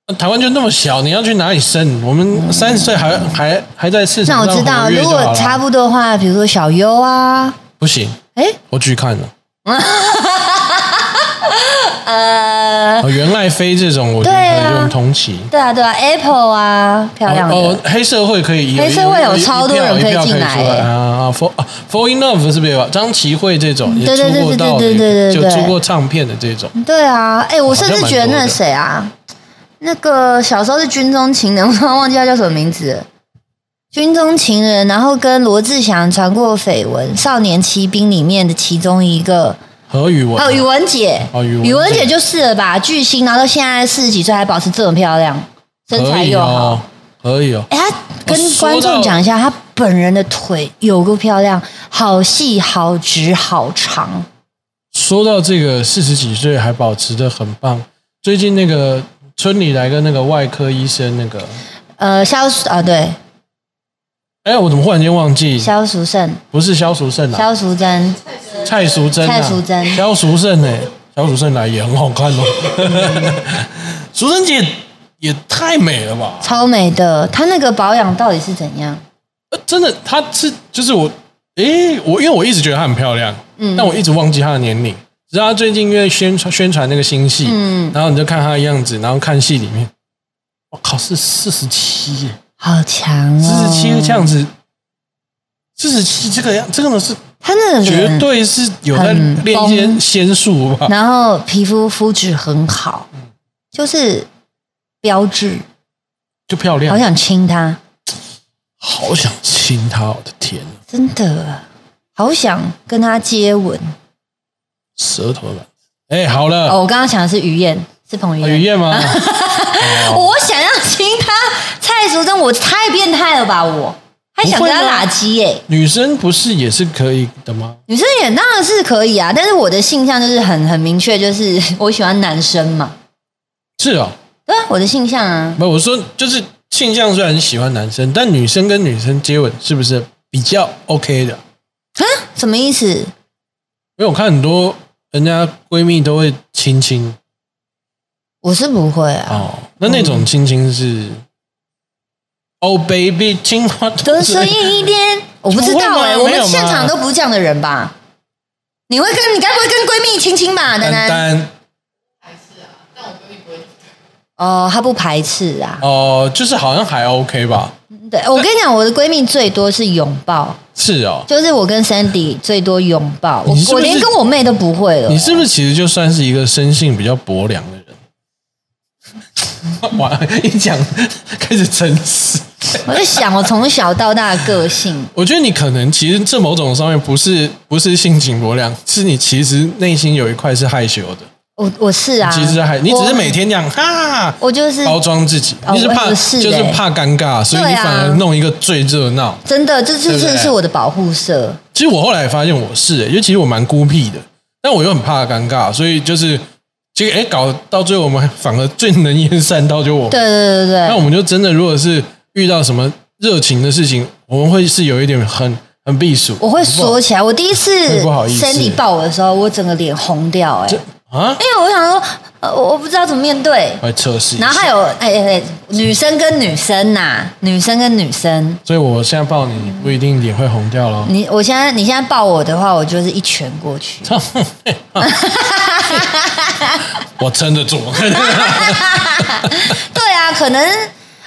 Speaker 1: 啊！台湾就那么小，你要去哪里生？我们三十岁还还还在市
Speaker 2: 那
Speaker 1: 场
Speaker 2: 我
Speaker 1: 上
Speaker 2: 知道，
Speaker 1: 活跃就
Speaker 2: 如
Speaker 1: 好
Speaker 2: 果
Speaker 1: 了
Speaker 2: 差不多的话，比如说小优啊，
Speaker 1: 不行，
Speaker 2: 哎、
Speaker 1: 我去看了。
Speaker 2: 呃啊
Speaker 1: 哦，，原赖飞这种，我觉得
Speaker 2: 对
Speaker 1: 可
Speaker 2: 啊
Speaker 1: 以用同期。
Speaker 2: 对啊，对啊，Apple 啊，漂亮的。
Speaker 1: 哦，黑社会可以，
Speaker 2: 黑社会有超多人
Speaker 1: 一票
Speaker 2: 可以进
Speaker 1: 一票
Speaker 2: 来
Speaker 1: 出
Speaker 2: 欸
Speaker 1: 啊啊！For For in Love 是不是有张琪慧这种也
Speaker 2: 嗯对对
Speaker 1: 出过
Speaker 2: 对对
Speaker 1: 道的
Speaker 2: 对对对对
Speaker 1: 就
Speaker 2: 对
Speaker 1: 出过唱片的这种？
Speaker 2: 对啊，哎、我甚
Speaker 1: 哦好像
Speaker 2: 至
Speaker 1: 蛮
Speaker 2: 觉得
Speaker 1: 多
Speaker 2: 那
Speaker 1: 的
Speaker 2: 个谁啊，那个小时候是军中情人，我突然忘记他叫什么名字了。军中情人，然后跟罗志祥传过绯闻，《少年骑兵》里面的其中一个，
Speaker 1: 何宇文啊
Speaker 2: 还有宇文姐，
Speaker 1: 哦宇文姐
Speaker 2: 宇文姐就是了吧，巨星，然后到现在四十几岁还保持这么漂亮，身
Speaker 1: 啊
Speaker 2: 材又好，
Speaker 1: 可以哦，
Speaker 2: 哎，他
Speaker 1: 哦
Speaker 2: 跟
Speaker 1: 说
Speaker 2: 观
Speaker 1: 到
Speaker 2: 众讲一下，他本人的腿有够漂亮，好细、好直、好长。
Speaker 1: 说到这个四十几岁还保持的很棒，最近那个村里来跟那个外科医生那个，
Speaker 2: 呃，萧啊，对，
Speaker 1: 哎，我怎么忽然间忘记？
Speaker 2: 萧淑慎、
Speaker 1: 不是萧淑慎啊，
Speaker 2: 萧淑贞，
Speaker 1: 蔡淑珍、啊，
Speaker 2: 蔡淑臻
Speaker 1: 萧淑慎哎、萧淑慎来也很好看 哦。 淑珍姐也太美了吧！
Speaker 2: 超美的。她那个保养到底是怎样？
Speaker 1: 呃真的，她是就是我，诶，我因为我一直觉得她很漂亮，嗯，但我一直忘记她的年龄。直到她最近因为宣传宣传那个新戏，
Speaker 2: 嗯
Speaker 1: 然后你就看她的样子，然后看戏里面，我靠，是四十七耶，
Speaker 2: 好强
Speaker 1: 四
Speaker 2: 哦！
Speaker 1: 十七这样子，四十七这个样，这个呢是
Speaker 2: 她那个
Speaker 1: 绝
Speaker 2: 脸，
Speaker 1: 对是有在
Speaker 2: 很
Speaker 1: 练一些仙术吧？
Speaker 2: 然后皮肤肤质很好，就是标志。
Speaker 1: 就漂亮
Speaker 2: 好，想亲她，
Speaker 1: 好想亲她，我的天啊，
Speaker 2: 真的，好想跟她接吻。
Speaker 1: 舌头软。哎，好了，
Speaker 2: 哦，我刚刚想的是于燕，是彭于
Speaker 1: 哦
Speaker 2: 晏
Speaker 1: 雨。燕 吗？
Speaker 2: 我想要亲他，蔡淑珍，我太变态了吧！我还想跟他拉鸡耶、
Speaker 1: 女生不是也是可以的吗？
Speaker 2: 女生也当然是可以啊，但是我的性向就是很很明确，就是我喜欢男生嘛，
Speaker 1: 是哦，
Speaker 2: 对啊，我的性向啊，
Speaker 1: 不，我说就是性向虽然喜欢男生，但女生跟女生接吻是不是比较 OK 的？
Speaker 2: 啊，什么意思？
Speaker 1: 因为我看很多人家闺蜜都会亲亲
Speaker 2: 我是不会啊，
Speaker 1: 哦，那那种亲亲是、哦 baby 亲花
Speaker 2: 多
Speaker 1: 都
Speaker 2: 说一点，我不知道 哎、
Speaker 1: 不
Speaker 2: 我
Speaker 1: 会吗没有
Speaker 2: 们
Speaker 1: 吗
Speaker 2: 现场都不是这样的人吧？你会跟你该不会跟闺蜜亲亲吧，丹
Speaker 1: 单
Speaker 2: 丹？
Speaker 1: 单
Speaker 2: 哦，她不排斥啊。
Speaker 1: 哦，就是好像还 OK 吧？
Speaker 2: 对，我跟你讲，我的闺蜜最多是拥抱，
Speaker 1: 是哦，
Speaker 2: 就是我跟 Sandy 最多拥抱，我
Speaker 1: 你是不是
Speaker 2: 我连跟我妹都不会了。
Speaker 1: 你是不是其实就算是一个生性比较薄凉的人？ 哇，一讲开始沉思。
Speaker 2: 我在想，我从小到大的个性，
Speaker 1: 我觉得你可能其实这某种上面不是不是性情薄凉，是你其实内心有一块是害羞的，
Speaker 2: 我我是啊，
Speaker 1: 其实还你只是
Speaker 2: 我
Speaker 1: 每，天这样哈、
Speaker 2: 我就是
Speaker 1: 包装自己，
Speaker 2: 哦
Speaker 1: 你是怕
Speaker 2: 我也是欸
Speaker 1: 就是怕尴尬，所以
Speaker 2: 对
Speaker 1: 你
Speaker 2: 啊
Speaker 1: 反而弄一个最热闹。
Speaker 2: 真的，这这
Speaker 1: 对不
Speaker 2: 这
Speaker 1: 对
Speaker 2: 是我的保护色。
Speaker 1: 其实我后来发现我是、欸，因为其实我蛮孤僻的，但我又很怕尴尬，所以就是结果哎、搞到最后我们反而最能言善道就我们
Speaker 2: 对对对
Speaker 1: 那
Speaker 2: 对
Speaker 1: 我们就真的，如果是遇到什么热情的事情，我们会是有一点很很避暑。
Speaker 2: 我会缩起来。我第一次
Speaker 1: 会不好意思
Speaker 2: Sandy 抱我的时候，我整个脸红掉、哎，因
Speaker 1: 啊，
Speaker 2: 为我想说，呃我我不知道怎么面对。
Speaker 1: 来测试一下。
Speaker 2: 然后还有，哎哎哎，女生跟女生呐、女生跟女生，
Speaker 1: 所以我现在抱你，你不一定脸会红掉 了。
Speaker 2: 你我现在你现在抱我的话，我就是一拳过去。
Speaker 1: 我撑得住，
Speaker 2: 对啊，可能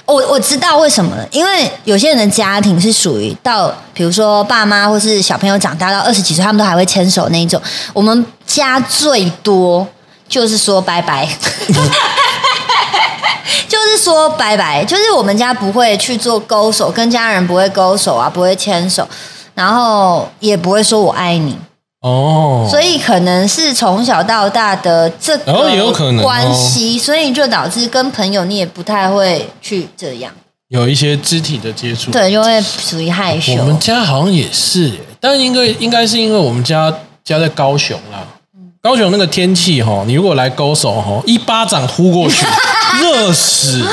Speaker 2: 我我知道为什么了，因为有些人的家庭是属于到，比如说爸妈或是小朋友长大到二十几岁，他们都还会牵手那一种。我们家最多就是说拜拜。 就是说拜拜，就是我们家不会去做勾手，跟家人不会勾手啊，不会牵手，然后也不会说我爱你，
Speaker 1: 哦，
Speaker 2: 所以可能是从小到大的这个
Speaker 1: 哦也有可能哦
Speaker 2: 关系，所以就导致跟朋友你也不太会去这样，
Speaker 1: 有一些肢体的接触。，
Speaker 2: 对，就会属于害羞
Speaker 1: 我。们家好像也是耶，但应该应该是因为我们家家在高雄啦。高雄那个天气哈，你如果来勾手哈，一巴掌呼过 去，热死，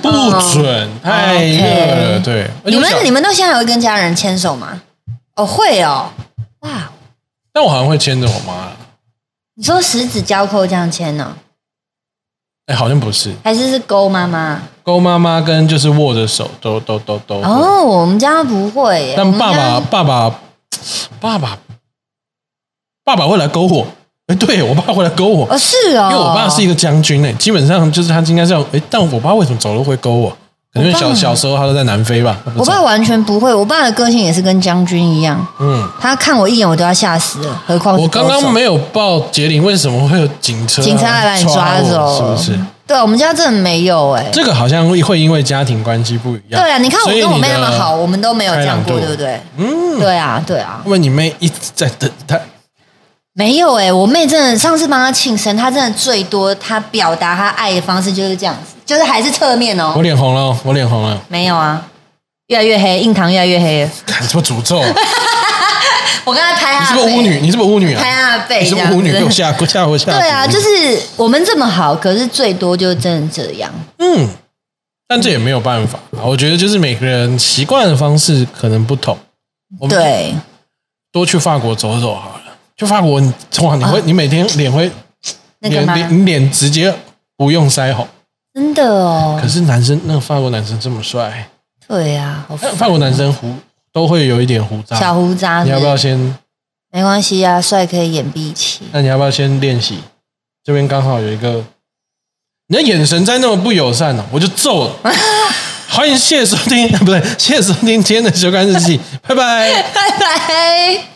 Speaker 1: 不准，太热了。
Speaker 2: 哦 OK
Speaker 1: 对，而且
Speaker 2: 你
Speaker 1: 我
Speaker 2: 们
Speaker 1: 小
Speaker 2: 你们到现在还会跟家人牵手吗？哦，会哦，哇，
Speaker 1: 但我好像会牵着我妈啦。
Speaker 2: 你说十指交扣这样牵呢、
Speaker 1: 哎，好像不是，
Speaker 2: 还是是勾妈妈？
Speaker 1: 勾妈妈跟就是握着手，都都都都。都
Speaker 2: 哦，我们家不会耶，我
Speaker 1: 但
Speaker 2: 们
Speaker 1: 爸
Speaker 2: 家
Speaker 1: 爸爸爸爸爸爸会来勾我，哎，对我爸回来勾我，
Speaker 2: 哦，是哦，
Speaker 1: 因为我爸是一个将军诶、基本上就是他应该是要诶，但我爸为什么走路会勾我？可能因为
Speaker 2: 我
Speaker 1: 小
Speaker 2: 爸
Speaker 1: 小时候他都在南非吧。不
Speaker 2: 我
Speaker 1: 知道
Speaker 2: 爸完全不会，我爸的个性也是跟将军一样，
Speaker 1: 嗯，
Speaker 2: 他看我一眼我都要吓死了，何况是
Speaker 1: 我刚
Speaker 2: 高手
Speaker 1: 刚没有报解铃，为什么会有警车、
Speaker 2: 警察来把你抓走
Speaker 1: 啊我是不是？？
Speaker 2: 对，啊我们家真的没有哎、
Speaker 1: 这个好像会会因为家庭关系不一样。
Speaker 2: 对啊，你看我
Speaker 1: 所以
Speaker 2: 跟我妹那么
Speaker 1: 的
Speaker 2: 好，我们都没有这样过，
Speaker 1: 开朗
Speaker 2: 对不
Speaker 1: 度
Speaker 2: 对？
Speaker 1: 嗯，
Speaker 2: 对啊，对啊，
Speaker 1: 因为你妹一直在等他，
Speaker 2: 没有哎、我妹真的上次帮她庆生，她真的最多，她表达她爱的方式就是这样子，就是还是侧面哦
Speaker 1: 我，脸红了哦，我脸红了，
Speaker 2: 没有啊，越来越黑，印堂越来越黑了，
Speaker 1: 你什么诅 咒啊？
Speaker 2: 我刚才拍
Speaker 1: 你
Speaker 2: 她
Speaker 1: 是
Speaker 2: 的
Speaker 1: 不是
Speaker 2: 背
Speaker 1: 巫女？你是不是巫女啊？
Speaker 2: 拍她的背，
Speaker 1: 你是不是巫女？给我吓吓唬吓唬！
Speaker 2: 对啊，就是我们这么好，可是最多就真的这样。
Speaker 1: 嗯，但这也没有办法。啊我觉得就是每个人习惯的方式可能不同。我们
Speaker 2: 对，
Speaker 1: 多去法国走走好了。去法国，你哇，你会、你每天脸会
Speaker 2: 嗯那个
Speaker 1: 脸
Speaker 2: 吗？
Speaker 1: 脸你脸直接不用腮红。
Speaker 2: 真的哦
Speaker 1: 可，是男生那个法国男生这么帅，
Speaker 2: 对呀、好
Speaker 1: 那法国男生胡都会有一点胡
Speaker 2: 小
Speaker 1: 渣。
Speaker 2: 胡渣
Speaker 1: 你
Speaker 2: 子
Speaker 1: 要不要先？
Speaker 2: 没关系啊，帅可以掩蔽一切。
Speaker 1: 那你要不要先练习？这边刚好有一个，你的眼神再那么不友善呢、哦我就揍了。欢迎谢谢收听，不对，谢谢收听今天的修干日记，拜拜。
Speaker 2: 拜拜。